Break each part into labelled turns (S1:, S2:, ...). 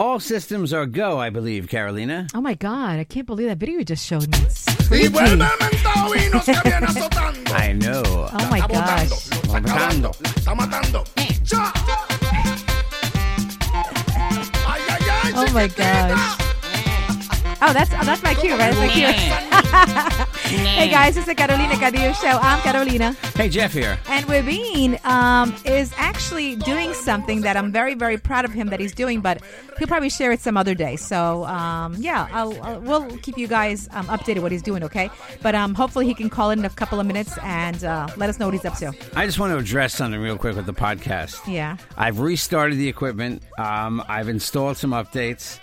S1: All systems are go, I believe, Carolina.
S2: Oh my god, I can't believe that video you just showed me. It's
S3: Y
S2: crazy.
S3: vuelve el mentado y nos que viene azotando.
S1: I know.
S2: Oh my
S3: está
S2: gosh.
S3: botando, lo está acabando, lo está matando. ¡Cha! ¡Ay, ay, ay!
S2: Oh my
S3: chiquitita!
S2: gosh. Oh, that's oh, that's my cue, right? That's my cue. hey guys, it's the Carolina Cadillo show. I'm Carolina,
S1: Hey, Jeff here.
S2: and Webin um, is actually doing something that I'm very very proud of him that he's doing, but he'll probably share it some other day. So um, yeah, I'll, I'll, we'll keep you guys um, updated what he's doing, okay? But um, hopefully he can call in in a couple of minutes and uh, let us know what he's up to.
S1: I just want to address something real quick with the podcast.
S2: Yeah.
S1: I've restarted the equipment. Um, I've installed some updates.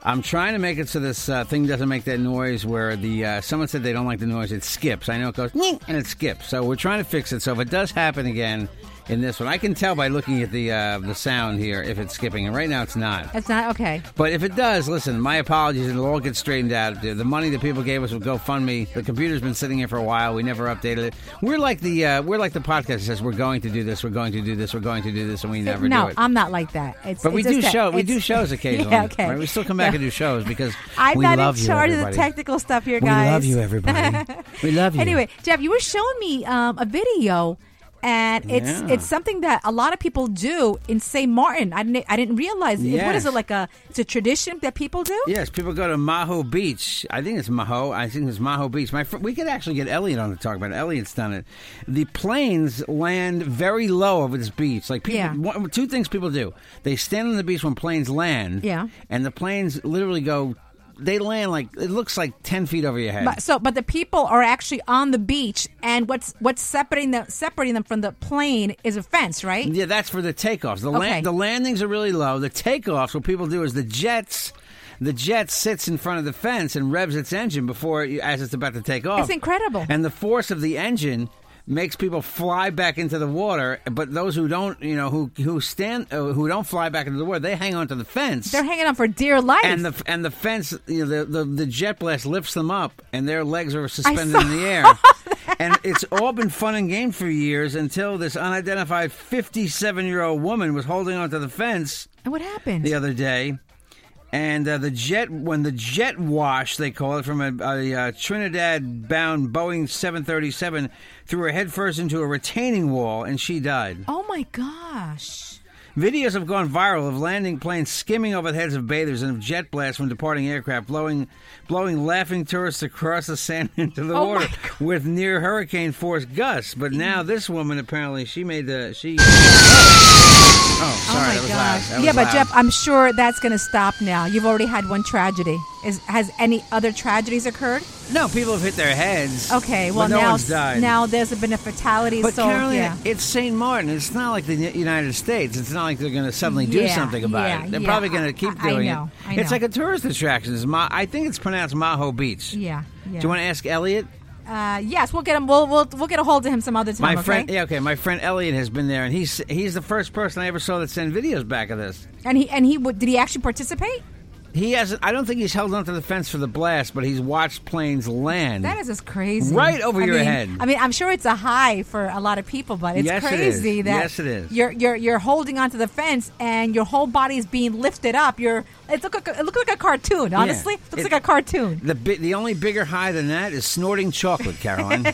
S1: I'm trying to make it so this uh, thing doesn't make that noise where the uh, someone said they don't like the noise. It skips. I know it goes "Nyeh," and it skips. So we're trying to fix it. So if it does happen again in this one, I can tell by looking at the uh, the sound here if it's skipping. And right now it's not.
S2: It's not okay.
S1: But if it does, listen, my apologies. It'll all get straightened out. The the money that people gave us will go fund me. The computer's been sitting here for a while. We never updated it. We're like the uh, we're like the podcast that says we're going to do this, we're going to do this, we're going to do this, and we never
S2: no,
S1: do it.
S2: I'm not like that. It's,
S1: but we
S2: it's
S1: do
S2: just that
S1: show we
S2: it's-
S1: do shows occasionally.
S2: yeah, okay.
S1: right? We still come back and do shows because
S2: I'm
S1: we
S2: not
S1: love
S2: in charge
S1: you,
S2: of the
S1: everybody.
S2: technical stuff here,
S1: We
S2: guys.
S1: love you, everybody. we love you.
S2: Anyway, Jeff, you were showing me um, a video, and it's
S1: Yeah.
S2: it's something that a lot of people do in St. Martin. I didn't I didn't realize. it- What is it
S1: Yes.
S2: like a? It's a tradition that people do.
S1: Yes, people go to Maho Beach. I think it's Maho. I think it's Maho Beach. My fr- we could actually get Elliot on to talk about it. Elliot's done it. The planes land very low over this beach. Like people,
S2: Yeah.
S1: one, two things people do: they stand on the beach when planes land.
S2: Yeah.
S1: and the planes literally go. They land like it looks like ten feet over your head.
S2: But, so, but the people are actually on the beach, and what's what's separating them separating them from the plane is a fence, right?
S1: Yeah, that's for the takeoffs. The,
S2: Okay.
S1: land, the landings are really low. The takeoffs, what people do is the jets. The jet sits in front of the fence and revs its engine before it, as it's about to take off.
S2: It's incredible.
S1: And the force of the engine makes people fly back into the water. But those who don't, you know, who who stand, uh, who don't fly back into the water, they hang onto the fence.
S2: They're hanging on for dear life.
S1: and the and the fence, you know, the, the the jet blast lifts them up, and their legs are suspended
S2: saw
S1: in the air. and it's all been fun and game for years until this unidentified fifty-seven-year-old woman was holding onto the fence
S2: And what happened?
S1: the other day, and uh, the jet when the jet wash they call it from a, a, uh Trinidad-bound Boeing seven thirty-seven threw her headfirst into a retaining wall, and she died.
S2: Oh my gosh!
S1: Videos have gone viral of landing planes skimming over the heads of bathers and of jet blasts from departing aircraft, blowing, blowing laughing tourists across the sand into the
S2: Oh my
S1: water
S2: God. Mm.
S1: with near hurricane force gusts. But now this woman apparently she made the she. Oh, sorry, that
S2: oh my
S1: was loud.
S2: gosh!
S1: That was
S2: yeah, but
S1: loud.
S2: Jeff, I'm sure that's going to stop now. You've already had one tragedy. Is has any other tragedies occurred?
S1: no, people have hit their heads.
S2: Okay,
S1: but
S2: well
S1: no
S2: now
S1: one's died.
S2: now there's been a fatality.
S1: But
S2: so
S1: Carolina,
S2: yeah.
S1: it's St. Martin. It's not like the Ni- United States. It's not like they're going to suddenly do
S2: Yeah,
S1: something about
S2: yeah,
S1: it. They're
S2: yeah.
S1: probably going to keep
S2: I- I
S1: doing
S2: know,
S1: it.
S2: I
S1: It's
S2: know.
S1: like a tourist attraction. It's Ma- I think it's pronounced Maho Beach.
S2: Yeah, yeah.
S1: Do you want to ask Elliot?
S2: uh, yes, we'll get him. We'll, we'll we'll get a hold of him some other time.
S1: My
S2: okay?
S1: friend, yeah, okay. My friend Elliot has been there, and he's he's the first person I ever saw that sent videos back of this.
S2: and he and he would. Did he actually participate?
S1: He hasn't. I don't think he's held onto the fence for the blast, but he's watched planes land.
S2: That is just crazy.
S1: Right over
S2: I
S1: your
S2: mean-
S1: head.
S2: I mean, I'm sure it's a high for a lot of people, but it's
S1: Yes, it
S2: crazy
S1: is.
S2: that
S1: Yes, it is.
S2: You're you're you're holding onto the fence and your whole body is being lifted up. You're it look like, a- it look like a cartoon. Honestly, It looks
S1: It-
S2: like a cartoon.
S1: the bi- the only bigger high than that is snorting chocolate, Caroline.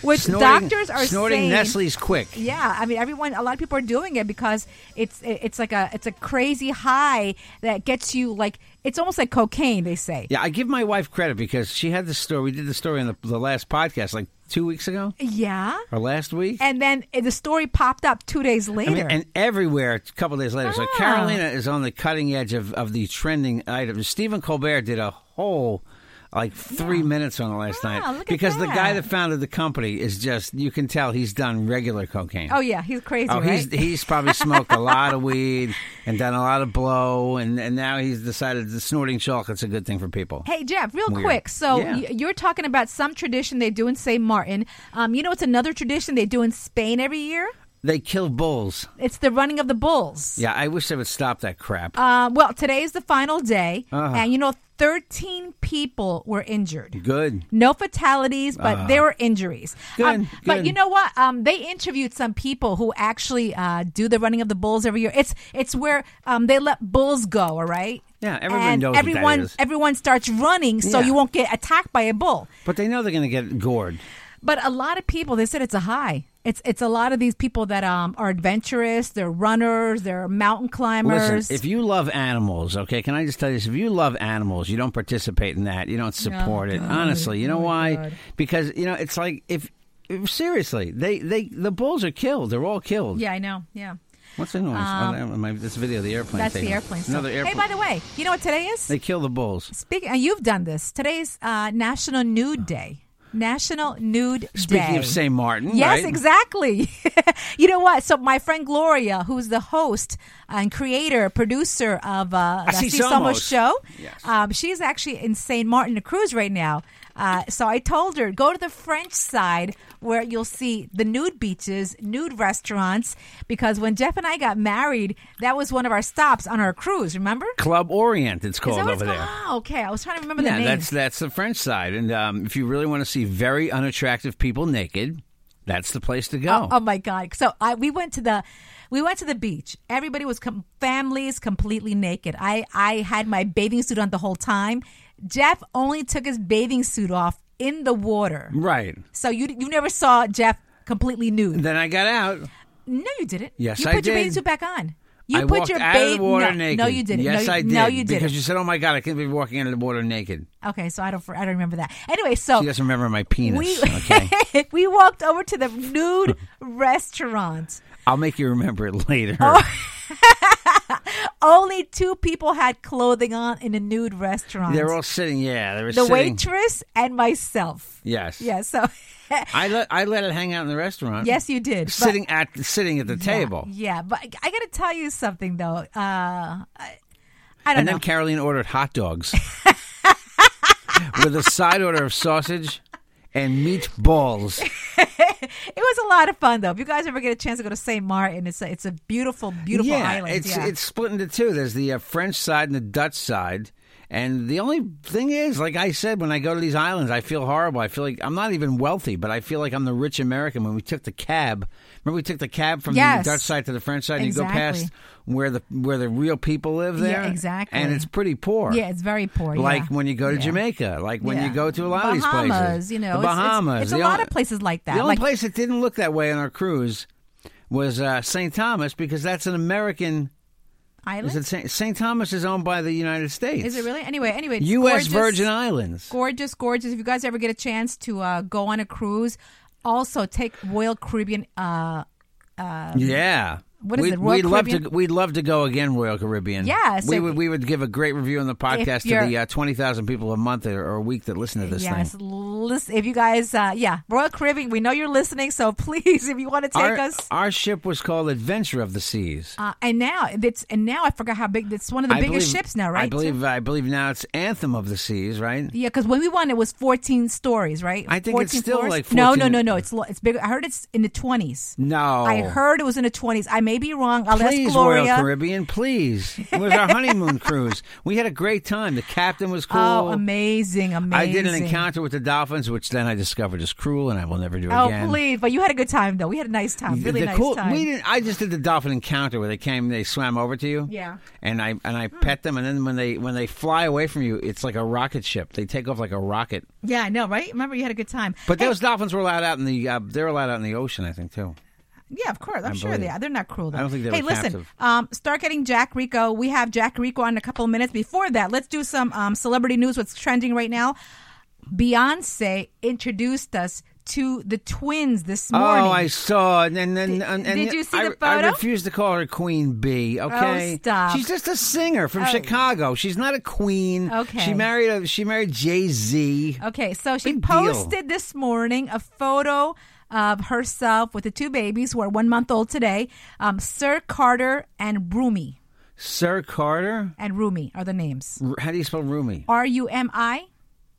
S2: Which
S1: snorting,
S2: doctors are
S1: snorting
S2: saying,
S1: Nestle's quick.
S2: Yeah, I mean, everyone. A lot of people are doing it because it's it- it's like a it's a crazy high that gets you like it's almost like cocaine. They say.
S1: Yeah, I give my wife credit because she had the story. We did the story on the, the last podcast, like two weeks ago
S2: Yeah.
S1: or last week.
S2: And then uh, the story popped up two days
S1: I
S2: later.
S1: mean, and everywhere a couple days later.
S2: Ah.
S1: So Carolina is on the cutting edge of, of the trending items. Stephen Colbert did a whole like three minutes on it last
S2: Wow,
S1: night
S2: look at
S1: because the guy
S2: that.
S1: that founded the company is just you can tell he's done regular cocaine.
S2: oh yeah, he's crazy,
S1: Oh,
S2: right?
S1: he's he's probably smoked a lot of weed and done a lot of blow, and, and now he's decided that snorting chocolate's a good thing for people.
S2: Hey Jeff, real
S1: Weird.
S2: quick. So
S1: Yeah.
S2: y- you're talking about some tradition they do in St. Martin. Um, you know, it's another tradition they do in Spain every year.
S1: They kill bulls.
S2: It's the running of the bulls.
S1: Yeah, I wish they would stop that crap.
S2: Uh, well, today is the final day,
S1: Uh-huh.
S2: and you know, 13 people were injured.
S1: Good.
S2: No fatalities, but there were injuries. Um,
S1: Ah. Good,
S2: But
S1: good.
S2: you know what? Um, they interviewed some people who actually uh, do the running of the bulls every year. It's it's where um, they let bulls go. All right.
S1: Yeah, everyone
S2: and
S1: knows what that
S2: Everyone
S1: is.
S2: everyone starts running, so
S1: Yeah.
S2: you won't get attacked by a bull.
S1: But they know they're going to get gored.
S2: But a lot of people, they said it's a high. It's it's a lot of these people that um, are adventurous. They're runners. They're mountain climbers.
S1: Listen, if you love animals, okay, can I just tell you this? If you love animals, you don't participate in that. You
S2: Oh,
S1: don't support it. Honestly, you know why? Because you know it's like if, if- seriously, they they the bulls are killed. They're all killed.
S2: yeah, I know. Yeah,
S1: What's the noise? oh, that- my, this video, of the airplane.
S2: that's the
S1: taking-
S2: airplane. stuff.
S1: Another airplane.
S2: Hey, by the way, you know what today is?
S1: they kill the bulls.
S2: Speaking, and uh, you've done this. Today's uh, National Nude Day. National Nude Day.
S1: Oh. Speaking of St. Martin,
S2: Yes,
S1: right?
S2: exactly. you know what? So my friend Gloria, who's the host uh, and creator, producer of uh, the
S1: Así
S2: Así Somos
S1: Somos.
S2: show, um, she's actually in St. Martin de Cruz right now. Uh, so I told her go to the French side where you'll see the nude beaches, nude restaurants. Because when Jeff and I got married, that was one of our stops on our cruise. Remember?
S1: Club Orient, it's
S2: Is
S1: called
S2: that what
S1: over
S2: it's
S1: there.
S2: called? Oh, okay. I was trying to remember the
S1: Yeah,
S2: name.
S1: that's that's the French side, and um, if you really want to see very unattractive people naked, that's the place to go.
S2: Oh, my god! So I we went to the we went to the beach. Everybody was com- families completely naked. I I had my bathing suit on the whole time. Jeff only took his bathing suit off in the water.
S1: Right.
S2: So you you never saw Jeff completely nude.
S1: Then I got out.
S2: No, you didn't.
S1: Yes,
S2: you
S1: I
S2: put your bathing
S1: did.
S2: suit back on. You
S1: I
S2: put
S1: walked
S2: your
S1: out
S2: bathing
S1: of the water
S2: no,
S1: naked.
S2: No, you didn't.
S1: Yes,
S2: no, you,
S1: I did.
S2: No, you didn't.
S1: Because you said, "Oh my God, I can't be walking out of the water naked."
S2: okay, so I don't I don't remember that. Anyway, so
S1: She doesn't remember my penis.
S2: Oh. we
S1: okay,
S2: we walked over to the nude restaurant.
S1: I'll make you remember it later.
S2: Oh. Only two people had clothing on in a nude restaurant.
S1: They're all sitting. Yeah, they were
S2: the
S1: sitting.
S2: waitress and myself.
S1: Yes.
S2: Yeah, so
S1: I let I let it hang out in the restaurant.
S2: yes, you did. but-
S1: Sitting at sitting at the table.
S2: Yeah, but I got to tell you something though. Uh, I, I don't
S1: And
S2: know.
S1: then Caroline ordered hot dogs with a side order of sausage and meatballs.
S2: it was a lot of fun though. If you guys ever get a chance to go to St. Martin, it's a, it's a beautiful, beautiful
S1: yeah,
S2: island.
S1: it's
S2: yeah.
S1: it's split into two. There's the uh, French side and the Dutch side. And the only thing is, like I said, when I go to these islands, I feel horrible. I feel like I'm not even wealthy, but I feel like I'm the rich American. When we took the cab, remember we took the cab from
S2: Yes.
S1: the Dutch side to the French side, and
S2: Exactly.
S1: you go past where the where the real people live there.
S2: Yeah, exactly.
S1: And it's pretty poor.
S2: yeah, it's very poor.
S1: like
S2: yeah.
S1: when you go to
S2: Yeah.
S1: Jamaica, like when
S2: Yeah.
S1: you go to a lot of these
S2: Bahamas,
S1: places,
S2: you know,
S1: the
S2: it's- it's-
S1: Bahamas.
S2: it's a
S1: the
S2: lot
S1: only-
S2: of places like that,
S1: The only
S2: like-
S1: place that didn't look that way on our cruise was uh, St. Thomas because that's an American.
S2: island.
S1: Is it St. St. Thomas is owned by the United States?
S2: Is it really? Anyway, anyway, it's
S1: U.S.
S2: gorgeous.
S1: Virgin Islands.
S2: gorgeous, gorgeous. If you guys ever get a chance to uh, go on a cruise, also take Royal Caribbean. Uh,
S1: yeah.
S2: What is
S1: we'd,
S2: it, Royal
S1: we'd love to.
S2: Caribbean?
S1: We'd love to go again, Royal Caribbean.
S2: Yeah, so
S1: we
S2: if-
S1: would. We would give a great review on the podcast to
S2: you're-
S1: the uh, twenty thousand people a month or, or a week that listen to this
S2: yes,
S1: thing.
S2: listen. If you guys, uh, yeah, Royal Caribbean. We know you're listening, so please, if you want to take
S1: Our,
S2: us.
S1: our ship was called Adventure of the Seas.
S2: Uh, and now it's and now I forgot how big. It's one of the
S1: I
S2: biggest
S1: believe-
S2: ships now, right?
S1: I believe I believe now it's Anthem of the Seas, right?
S2: Yeah, because when we won, it was 14 stories, right?
S1: I think it's
S2: 14
S1: still
S2: floors?
S1: like
S2: no, no,
S1: 14
S2: no, no. It's lo- it's bigger. I heard it's in the 20s.
S1: No,
S2: I heard it was in the 20s. I may be wrong. I'll
S1: Oh. Please,
S2: ask Gloria.
S1: Royal Caribbean, please. It was our honeymoon cruise. We had a great time. The captain was cool.
S2: Oh, amazing, amazing.
S1: I did an encounter with the dolphins, which then I discovered is cruel, and I will never do
S2: Oh,
S1: again.
S2: please. But you had a good time, though. We had a nice time. Really
S1: The
S2: nice
S1: cool-
S2: time.
S1: We didn't. I just did the dolphin encounter where they came, they swam over to you.
S2: Yeah. Hmm.
S1: And I and I pet them, and then when they when they fly away from you, it's like a rocket ship. They take off like a rocket.
S2: yeah, I know, right? Remember, you had a good time.
S1: But
S2: Hey,
S1: those dolphins were allowed out in the. Uh, they're allowed out in the ocean, I think, too.
S2: Yeah, of course. I'm
S1: I
S2: sure they
S1: believe.
S2: are. They're not cruel. Though.
S1: I don't think they
S2: Hey,
S1: were
S2: listen.
S1: captive.
S2: Um, start getting Jack Rico. We have Jack Rico on in a couple of minutes. Before that, let's do some um, celebrity news. What's trending right now? Beyonce introduced us to the twins this morning.
S1: Oh, I saw. And then, then and, and
S2: did you see
S1: I,
S2: the
S1: I
S2: photo? Oh,
S1: refuse to call her Queen B. Okay,
S2: stop. Oh.
S1: She's just a singer from Chicago. She's not a queen.
S2: Okay.
S1: she married. A, she married Jay Z.
S2: Okay, so she
S1: Big deal.
S2: posted this morning a photo of herself with the two babies who are one month old today. Um, Sir Carter and Rumi.
S1: Sir Carter.
S2: And Rumi are the names.
S1: R- How do you spell Rumi?
S2: R U M I.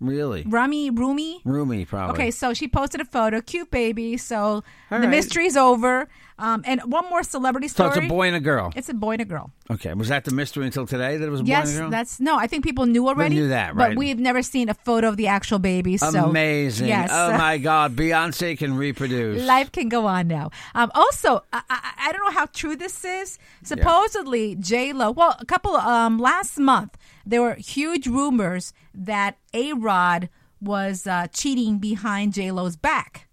S1: Really?
S2: Rumi, Rumi.
S1: Rumi, probably.
S2: Okay, so she posted a photo, cute baby. So the
S1: right.
S2: mystery's over. Um, and one more celebrity
S1: So
S2: story.
S1: it's a boy and a girl.
S2: It's a boy and a girl.
S1: Okay, was that the mystery until today that it was a boy
S2: yes,
S1: and a girl?
S2: that's no. I think people knew already.
S1: knew that,
S2: But
S1: right.
S2: we've never seen a photo of the actual baby. So
S1: amazing.
S2: Yes.
S1: Oh my God, Beyonce can reproduce.
S2: Life can go on now. Um, also, I, I, I don't know how true this is. Supposedly, J Lo. Well, a couple um, last month there were huge rumors that A Rod was uh, cheating behind J Lo's back.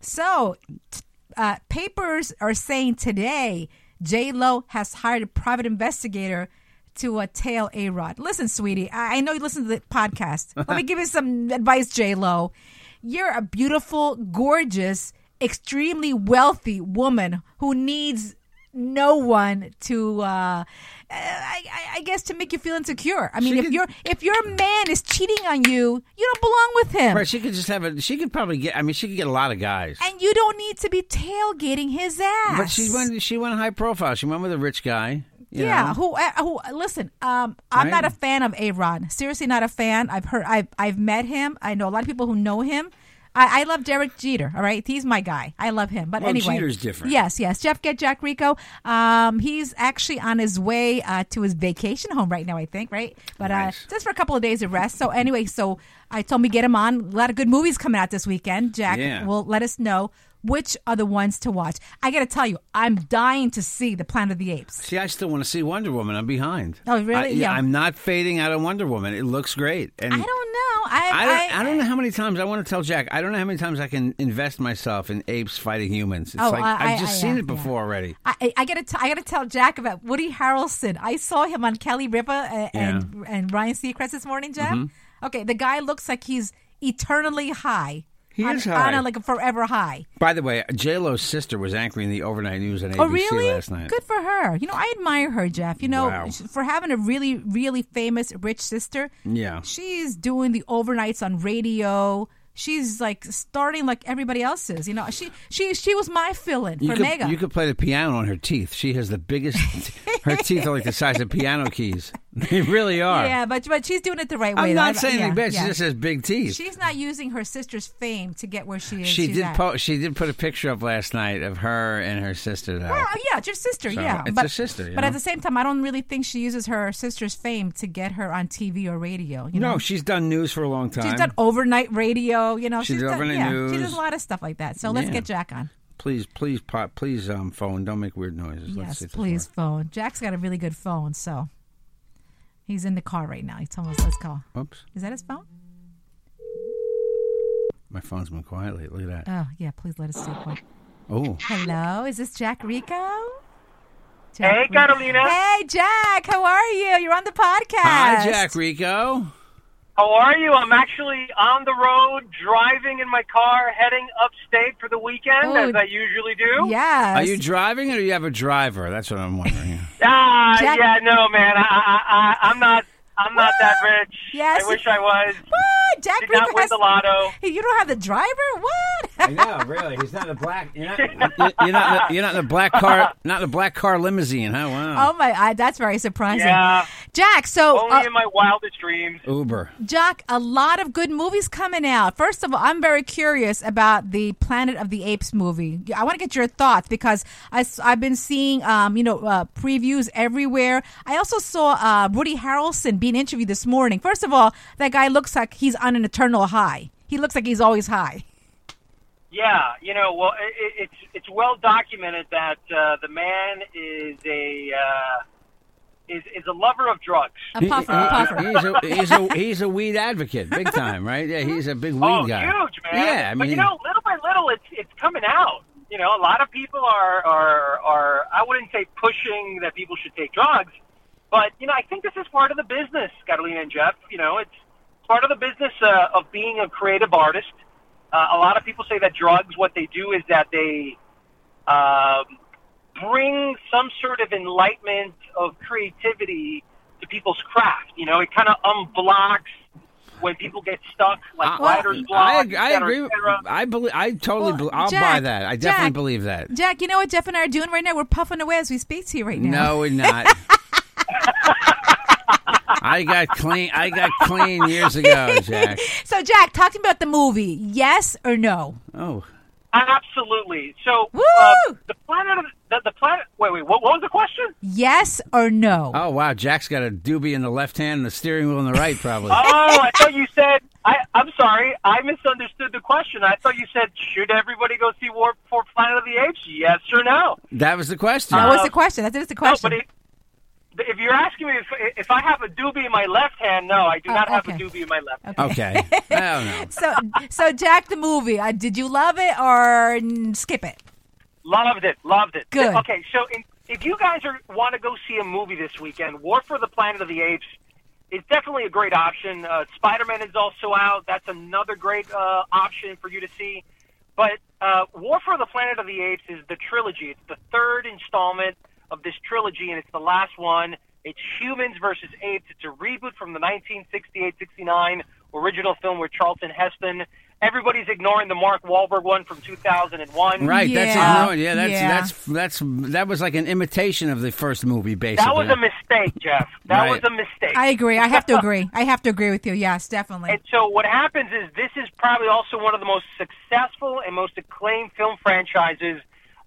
S2: So, t- uh, papers are saying today J Lo has hired a private investigator. To uh, tail A Rod. Listen, sweetie, I I know you listen to the podcast. Let me give you some advice, J Lo. You're a beautiful, gorgeous, extremely wealthy woman who needs no one to uh I, I I guess to make you feel insecure i mean
S1: She
S2: if
S1: could-
S2: your if your man is cheating on you you don't belong with him
S1: Right, she could just have a. She could probably get. I mean, she could get a lot of guys.
S2: and you don't need to be tailgating his ass
S1: But she went. She went high profile. She went with a rich guy. you
S2: yeah
S1: know.
S2: who uh, who listen um i'm
S1: Right.
S2: not a fan of a-rod seriously not a fan i've heard i've, I've met him i know a lot of people who know him I, I love Derek Jeter. All right, he's my guy. I love him. But
S1: Well,
S2: anyway,
S1: Jeter's different.
S2: Yes, yes. Jeff, get Jack Rico. Um, he's actually on his way uh, to his vacation home right now. I think, right? But
S1: Nice.
S2: uh, just for a couple of days of rest. So anyway, so I told me get him on. A lot of good movies coming out this weekend. Jack
S1: Yeah.
S2: will let us know which are the ones to watch. I got to tell you, I'm dying to see the Planet of the Apes.
S1: See, I still want to see Wonder Woman. I'm behind.
S2: Oh, really?
S1: I,
S2: Yeah.
S1: I'm not fading out on Wonder Woman. It looks great. And
S2: I don't know. I
S1: Hmm. I don't, I don't know how many times I want to tell Jack. I don't know how many times I can invest myself in apes fighting humans. It's
S2: Oh,
S1: like
S2: I-
S1: have just
S2: I- I-
S1: seen
S2: yeah,
S1: it before
S2: yeah.
S1: already.
S2: I, I gotta, t- I gotta tell Jack about Woody Harrelson. I saw him on Kelly Ripa and and, and Ryan Seacrest this morning, Jack.
S1: Mm-hmm.
S2: Okay, the guy looks like he's eternally high.
S1: He
S2: on,
S1: is high.
S2: on a, like a forever high.
S1: By the way, J Lo's sister was anchoring the overnight news on ABC
S2: oh, really?
S1: last night.
S2: Good for her. You know, I admire her, Jeff. You know,
S1: Wow.
S2: sh- for having a really, really famous rich sister.
S1: Yeah.
S2: she's doing the overnights on radio. She's like starting like everybody else's. You know, she she she was my fill-in
S1: You
S2: for
S1: could,
S2: Mega.
S1: you could play the piano on her teeth. She has the biggest. her teeth are like the size of piano keys. They really are.
S2: Yeah, but but she's doing it the right way.
S1: I'm
S2: though.
S1: not
S2: I-
S1: saying
S2: yeah,
S1: anything bad.
S2: yeah.
S1: She just has big teeth.
S2: She's not using her sister's fame to get where she is.
S1: She
S2: she's
S1: did.
S2: at.
S1: Po- she did put a picture up last night of her and her sister. Though.
S2: Well, yeah, it's your sister.
S1: So,
S2: yeah,
S1: it's
S2: but
S1: her sister, you
S2: but at
S1: know?
S2: the same time, I don't really think she uses her sister's fame to get her on TV or radio. You know,
S1: no, she's done news for a long time.
S2: she's done overnight radio. You know,
S1: She did
S2: done,
S1: overnight
S2: yeah, She
S1: news.
S2: does a lot of stuff like that. So let's
S1: Yeah.
S2: get Jack on.
S1: please, please, pop, please, um, phone. Don't make weird noises. Let's see
S2: Yes,
S1: if this
S2: please
S1: works.
S2: phone. Jack's got a really good phone, so he's in the car right now. He told us let's call.
S1: Oops,
S2: Is that his phone?
S1: my phone's been quiet lately. Look at that.
S2: Oh yeah, please let us take one. Uh,
S1: Oh,
S2: Hello, is this Jack Rico? Jack
S4: Hey,
S2: Rico.
S4: Catalina.
S2: Hey, Jack, how are you? You're on the podcast.
S1: hi, Jack Rico.
S4: How are you? I'm actually on the road, driving in my car, heading upstate for the weekend,
S2: Oh,
S4: as I usually do.
S2: Yes.
S1: Are you driving or do you have a driver? That's what I'm wondering.
S4: Ah,
S2: Jack-
S4: yeah, no, man. I, I, I, I'm not. I'm not that rich.
S2: Yes.
S4: I wish I was.
S2: what? Jack
S4: Did
S2: Rico
S4: not win
S2: has-
S4: the lotto.
S2: Hey, You don't have the driver? What?
S1: I know, really. He's not in a black. You're not. You're not. in a- You're not in a black car. Not in a black car limousine, huh? Wow.
S2: oh my, I, that's very surprising.
S4: Yeah.
S2: Jack, so
S4: Only
S2: uh,
S4: in my wildest dreams.
S2: Oh.
S1: Uber.
S2: Jack, a lot of good movies coming out. First of all, I'm very curious about the Planet of the Apes movie. I want to get your thoughts because I, have been seeing, um, you know, uh, previews everywhere. I also saw uh, Woody Harrelson being interviewed this morning. First of all, that guy looks like he's on an eternal high. He looks like he's always high.
S4: Yeah, you know, well, i i- it's it's well documented that uh, the man is a uh, is is a lover of drugs.
S2: A puffer, a
S1: He-
S2: puffer.
S1: He's a, he's, a, he's a weed advocate, big time, right? Yeah, he's a big weed
S4: oh,
S1: guy.
S4: huge man!
S1: Yeah, I mean,
S4: but you know, little by little, it's it's coming out. You know, a lot of people are are are I wouldn't say pushing that people should take drugs, but you know, I think this is part of the business, Catalina and Jeff. You know, it's part of the business uh, of being a creative artist. Uh, a lot of people say that drugs, what they do is that they um, bring some sort of enlightenment of creativity to people's craft. You know, it kind of unblocks when people get stuck, like writer's block.
S1: I,
S4: et
S1: I
S4: cetera,
S1: agree.
S4: et
S1: with-
S4: cetera.
S1: I believe. I totally.
S2: Well,
S1: bel- I'll buy
S2: Jack,
S1: that. I definitely
S2: Jack.
S1: believe that.
S2: Jack, you know what Jeff and I are doing right now? We're puffing away as we speak to you right now.
S1: No, we're not. I got clean. I got clean years ago, Jack.
S2: So, Jack, talking about the movie, yes or no?
S1: Oh,
S4: Absolutely. So
S2: Woo!
S4: uh, the planet of the, the planet. Wait, wait. What, what was the question?
S2: Yes or no?
S1: oh wow. Jack's got a doobie in the left hand and the steering wheel in the right, probably.
S4: Oh, I thought you said. I, I'm sorry. I misunderstood the question. I thought you said, should everybody go see War for Planet of the Apes? Yes or no?
S1: That was the question.
S2: That was the question. That's just the question.
S4: No, but if, if you're asking me if, if I have a doobie in my left hand, no, I do
S2: Oh,
S4: not have
S2: okay.
S4: a doobie in my left. hand.
S1: okay. Oh, I don't know.
S2: so so Jack the movie. Uh, did you love it or mm, skip it?
S4: Loved it, loved it.
S2: Good.
S4: Okay, so in, if you guys are want to go see a movie this weekend, War for the Planet of the Apes is definitely a great option. Uh, Spider Man is also out. That's another great uh, option for you to see. But uh, War for the Planet of the Apes is the trilogy. It's the third installment of this trilogy, and it's the last one. It's Humans versus Apes. It's a reboot from the 1968-69 original film with Charlton Heston. Everybody's ignoring the Mark Wahlberg one from 2001.
S1: Right. That's
S2: Yeah.
S1: ignored. Yeah. That's,
S2: Yeah.
S1: that's that's that was like an imitation of the first movie, basically.
S4: That was a mistake, Jeff. That
S1: Right.
S4: was a mistake.
S2: I agree. I have to agree. I have to agree with you. Yes, definitely.
S4: and so what happens is this is probably also one of the most successful and most acclaimed film franchises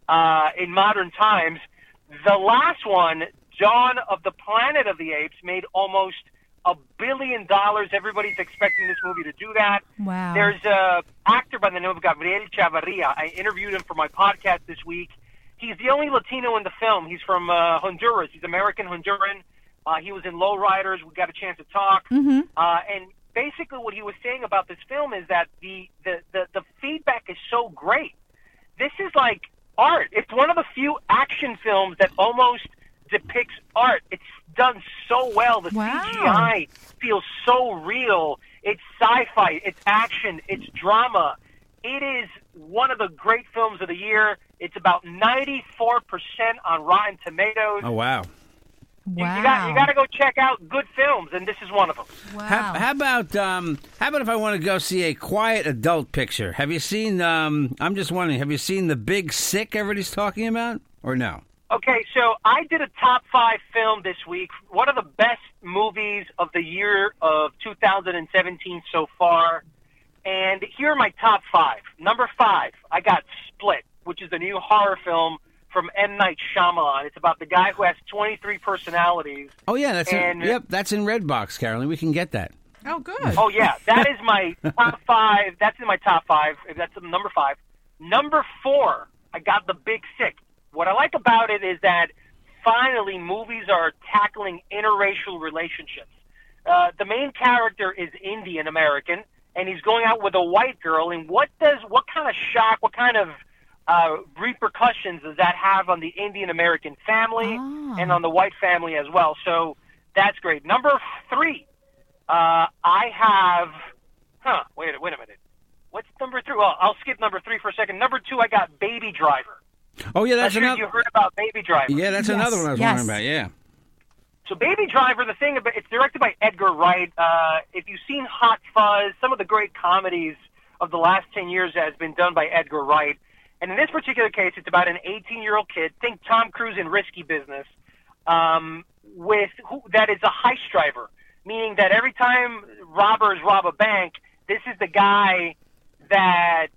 S4: uh, in modern times. The last one, Dawn of the Planet of the Apes, made almost a billion dollars. Everybody's expecting this movie to do that.
S2: Wow.
S4: There's a uh, actor by the name of Gabriel Chavarria. I interviewed him for my podcast this week. He's the only Latino in the film. He's from uh, Honduras. He's American Honduran. Uh, he was in Low Riders. We got a chance to talk. Uh, and basically, what he was saying about this film is that the, the, the, the feedback is so great. This is like art. It's one of the few action films that almost depicts art. It's done so well. The
S2: Wow.
S4: CGI feels so real. It's sci-fi. It's action. It's drama. It is one of the great films of the year. It's about 94% on Rotten Tomatoes.
S1: Oh wow.
S4: You-
S2: wow.
S4: You, got, you got to go check out good films, and this is one of them.
S2: wow.
S1: How, how about um, how about if I want to go see a quiet adult picture? Have you seen? Um, I'm just wondering. Have you seen the Big Sick? Everybody's talking about, or no?
S4: Okay, so I did a top five film this week. One of the best movies of the year of 2017 so far. And here are my top five. Number five, I got Split, which is the new horror film from M. Night Shyamalan. It's about the guy who has 23 personalities.
S1: Oh yeah, that's in,
S4: And-
S1: yep, that's in Redbox, Carolyn. We can get that.
S2: oh, good.
S4: Oh yeah, that is my top five. That's in my top five. That's number five. Number four, I got the Big Sick. What I like about it is that finally movies are tackling interracial relationships. Uh, the main character is Indian American, and he's going out with a white girl. And what does what kind of shock? What kind of uh, repercussions does that have on the Indian American family and on the white family as well? So that's great. Number three, uh, I have. Huh. Wait. a Wait a minute. What's number three? Well, I'll skip number three for a second. Number two, I got Baby Driver.
S1: Oh yeah, that's
S4: I'm sure
S1: another.
S4: you heard about Baby Driver.
S1: Yeah, that's
S2: Yes,
S1: another one I was
S2: yes.
S1: wondering about. Yeah.
S4: So Baby Driver, the thing about it's directed by Edgar Wright. Uh, if you've seen Hot Fuzz, some of the great comedies of the last ten years has been done by Edgar Wright. And in this particular case, it's about an 18-year-old kid. Think Tom Cruise in Risky Business. Um, with who, that is a heist driver, meaning that every time robbers rob a bank, this is the guy that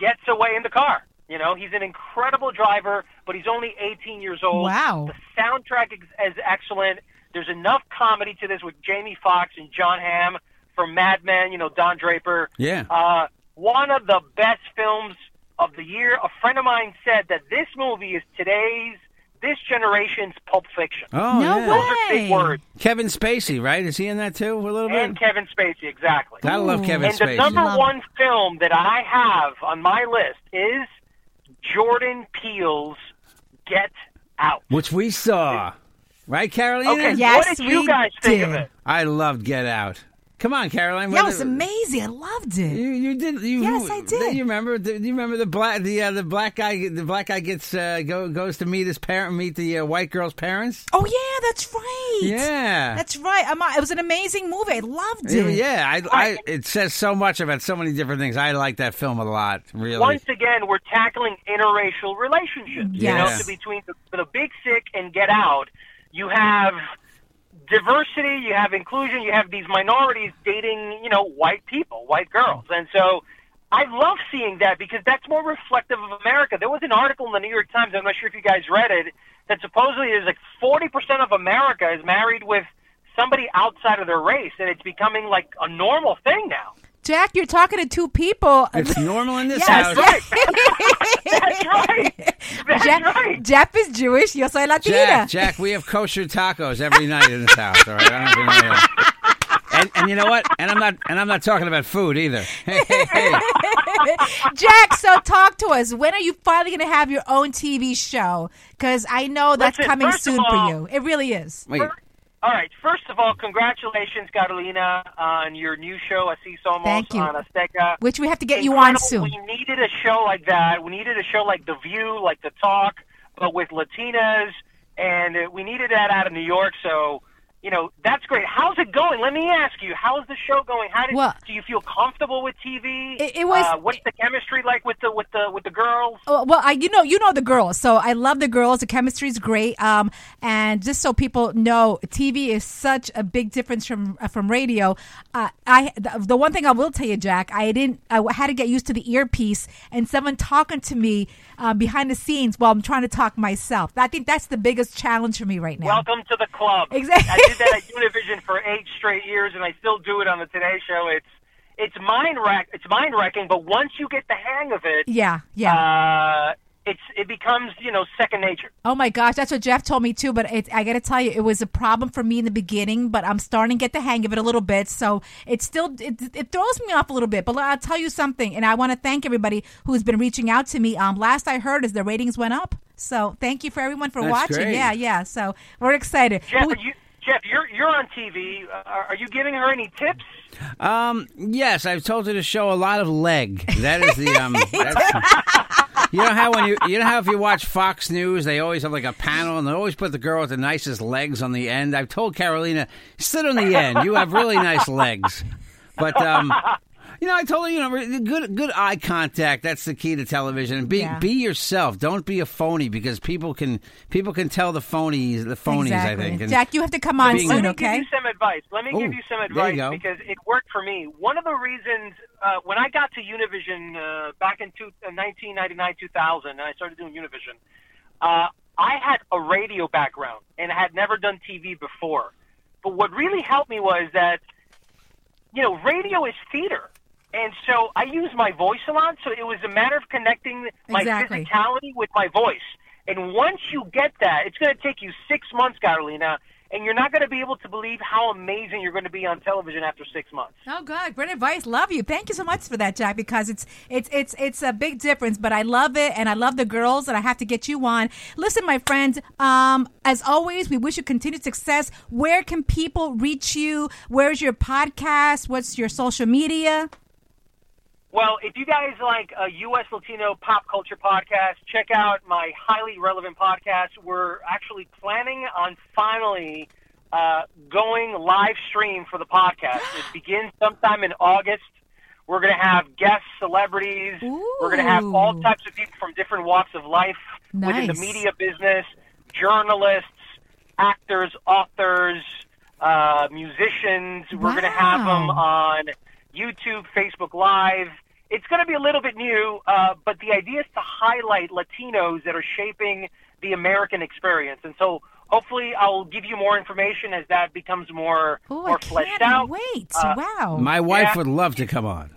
S4: gets away in the car. You know, he's an incredible driver, but he's only 18 years old.
S2: Wow.
S4: The soundtrack is, is excellent. There's enough comedy to this with Jamie Foxx and John Hamm from Mad Men. You know, Don Draper.
S1: Yeah.
S4: Uh, one of the best films of the year. A friend of mine said that this movie is today's, this generation's Pulp Fiction.
S1: Oh, yeah.
S2: No way.
S4: Those are big words.
S1: Kevin Spacey, right? Is he in that too? A little
S4: And
S1: bit.
S4: Kevin Spacey, exactly.
S1: Gotta love Kevin
S4: and the
S1: Spacey.
S4: number
S2: Love it.
S4: one film that I have on my list is Jordan Peele's Get Out.
S1: which we saw, right, Carolina?
S4: Okay,
S2: Yes,
S4: what did you
S2: we
S4: guys think of
S2: did.
S4: it?
S1: I loved Get Out. Come on, Caroline.
S2: That
S1: what-
S2: was amazing. I loved it.
S1: You, you did. You,
S2: Yes, I did.
S1: You remember? Do you remember the black the uh, the black guy the black guy gets uh, go goes to meet his parent meet the uh, white girl's parents.
S2: Oh yeah, that's right.
S1: Yeah.
S2: that's right. I'm, it was an amazing movie. I loved
S1: Yeah,
S2: it.
S1: yeah, I, I, it says so much about so many different things. I like that film a lot, really.
S4: Once again, we're tackling interracial relationships. You know,
S2: Yes.
S4: to between the, the Big Sick and Get Out, you have diversity, you have inclusion, you have these minorities dating, you know, white people, white girls. And so I love seeing that because that's more reflective of America. There was an article in the New York Times, I'm not sure if you guys read it, that supposedly there's like 40% of America is married with somebody outside of their race, and it's becoming like a normal thing now.
S2: Jack, you're talking to two people.
S1: it's normal in this
S2: Yes.
S1: house.
S4: That's right. That's
S2: Jack,
S4: right.
S2: Jeff is Jewish. Yo soy Latina.
S1: Jack, Jack, we have kosher tacos every night in this house. All right, I don't know if you know that. And, and you know what? And I'm not and I'm not talking about food either. Hey, hey, hey.
S2: Jack, so talk to us. When are you finally going to have your own TV show? Because I know that's
S4: Listen,
S2: coming
S4: first of
S2: soon for
S4: all-
S2: you. It really is.
S1: Wait,
S4: All right. First of all, congratulations, Carolina, on your new show, Así Somos,
S2: Thank you.
S4: on Azteca.
S2: Which we have to get you on
S4: Incredible.
S2: soon.
S4: We needed a show like that. We needed a show like The View, like The Talk, but with Latinas, and uh, we needed that out of New York. So, you know, that's great. How's it going? Let me ask you. How's the show going? How did
S2: Well-
S4: do you feel comfortable with TV?
S2: It- it was-
S4: Uh, what's the chemistry like with the with the with the girls?
S2: Oh, well, I, you know, you know the girls, so I love the girls. The chemistry is great, um, and just so people know, TV is such a big difference from uh, from radio. Uh, I the, the one thing I will tell you, Jack, I didn't, I had to get used to the earpiece and someone talking to me uh, behind the scenes while I'm trying to talk myself. I think that's the biggest challenge for me right now.
S4: Welcome to the club.
S2: Exactly.
S4: I did that at Univision for eight straight years, and I still do it on the Today Show. It's it's mind wreck. It's mind wrecking. But once you get the hang of it,
S2: Yeah, yeah.
S4: uh, it's it becomes you know second nature.
S2: Oh my gosh, that's what Jeff told me too. But it, I got to tell you, it was a problem for me in the beginning. But I'm starting to get the hang of it a little bit. So it still it, it throws me off a little bit. But I'll tell you something, and I want to thank everybody who's been reaching out to me. Um, last I heard is the ratings went up. So thank you for everyone for
S1: That's
S2: watching.
S1: great.
S2: Yeah, yeah. So we're excited.
S4: Jeff,
S2: We-
S4: are you, Jeff, you're you're on TV. Are, are you giving her any tips?
S1: Um. Yes, I've told her to show a lot of leg. That is the um. that's- you know how when you you know how if you watch Fox News, they always have like a panel and they always put the girl with the nicest legs on the end. I've told Carolina, sit on the end. You have really nice legs, but um. You know, I told her, you know, re- good good eye contact. That's the key to television. And be
S2: Yeah.
S1: be yourself. Don't be a phony because people can people can tell the phonies the phonies.
S2: exactly.
S1: I think. And-
S2: Jack, you have to come on
S1: being-
S2: soon,
S4: Let me
S2: okay?
S4: give you some advice. Let me
S1: Ooh,
S4: give you some
S1: there you
S4: advice
S1: go.
S4: because it worked for me. One of the reasons uh, when I got to Univision uh, back in two, uh, 1999, 2000, and I started doing Univision, uh, I had a radio background and I had never done TV before. But what really helped me was that you know, radio is theater. And so I use my voice a lot, so it was a matter of connecting my
S2: Exactly.
S4: physicality with my voice. And once you get that, it's going to take you six months, Carolina, and you're not going to be able to believe how amazing you're going to be on television after six months.
S2: Oh God, great advice. Love you. Thank you so much for that, Jack. Because it's it's it's it's a big difference, but I love it, and I love the girls, and I have to get you on. Listen, my friends. Um, as always, we wish you continued success. Where can people reach you? Where's your podcast? What's your social media?
S4: Well, if you guys like a U.S. Latino pop culture podcast, check out my highly relevant podcast. We're actually planning on finally uh, going live stream for the podcast. It begins sometime in August. We're going to have guest celebrities. We're going to have all
S2: Ooh.
S4: types of people from different walks of life within the
S2: Nice.
S4: media business, journalists, actors, authors, uh, musicians. We're going to have them
S2: Wow.
S4: on YouTube, Facebook Live. It's going to be a little bit new, uh, but the idea is to highlight Latinos that are shaping the American experience. And so hopefully I'll give you more information as that becomes more,
S2: Oh, I
S4: more fleshed
S2: can't
S4: out.
S2: wait.
S4: Uh,
S2: wow.
S1: My wife
S4: Yeah.
S1: would love to come on.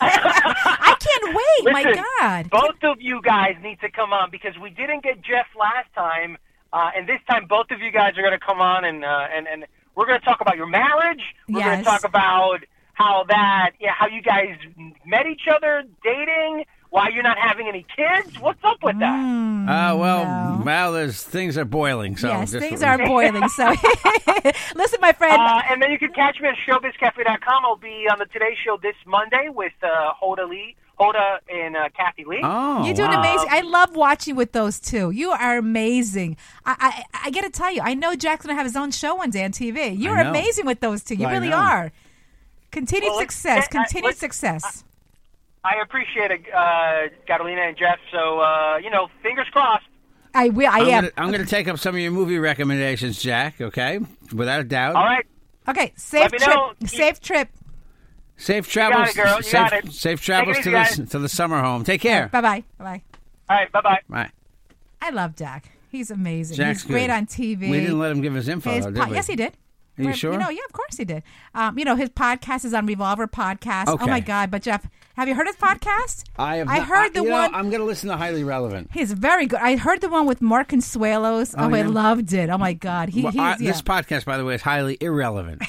S2: I can't wait.
S4: Listen,
S2: My God.
S4: Both of you guys need to come on because we didn't get Jeff last time, uh, and this time both of you guys are going to come on and uh, and and we're going to talk about your marriage. We're going
S2: Yes.
S4: to talk about how that, yeah, how you guys met each other, dating, why you're not having any kids. What's up with that?
S2: Mm.
S1: Uh, well,
S2: no.
S1: well, there's things are boiling. So
S2: yes,
S1: just-
S2: things are boiling. So, listen, my friend.
S4: Uh, and then you can catch me at showbizcafe.com. I'll be on the Today Show this Monday with uh, Hoda Lee, Hoda and uh, Kathy Lee.
S1: Oh,
S2: you do an
S1: wow.
S2: amazing. I love watching with those two. You are amazing. I I, I got to tell you, I know Jack's gonna have his own show one day on TV. You
S1: I
S2: are
S1: know.
S2: amazing with those two. You
S1: I
S2: really
S1: know.
S2: are. Continued
S4: Well, let's-
S2: success.
S4: I- I-
S2: Continued
S4: let's- uh,
S2: success.
S4: I appreciate it, uh, Catalina and Jeff. So uh, you know, fingers crossed.
S2: I, will. I
S1: I'm
S2: am.
S1: gonna, I'm gonna take up some of your movie recommendations, Jack. Okay, without a doubt.
S4: All right,
S2: Okay. Safe
S4: Let me
S2: trip.
S4: know.
S2: Safe trip.
S1: Safe travels.
S4: it, girl. You
S1: safe,
S4: got it.
S1: safe
S4: Take
S1: travels
S4: it
S1: to
S4: easy,
S1: the to the summer home. Take care.
S2: Bye bye. Bye bye.
S4: all right, bye bye.
S1: Bye.
S2: I love Jack. He's amazing.
S1: Jack's
S2: He's great
S1: good.
S2: on TV.
S1: We didn't let him give his info.
S2: His
S1: though,
S2: po-
S1: did we?
S2: yes, he did.
S1: Are you
S2: Well,
S1: sure?
S2: You know, yeah, of course he did. Um, you know, his podcast is on Revolver Podcast. Oh
S1: Okay.
S2: my God! But Jeff, have you heard his podcast?
S1: I have.
S2: I
S1: not-
S2: heard the
S1: you know,
S2: one.
S1: I'm gonna listen to highly relevant.
S2: he's very good. I heard the one with Mark Consuelos. Oh, I
S1: yeah?
S2: loved it. Oh my God, he,
S1: Well,
S2: he's
S1: I-
S2: yeah.
S1: This podcast, by the way, is highly irrelevant.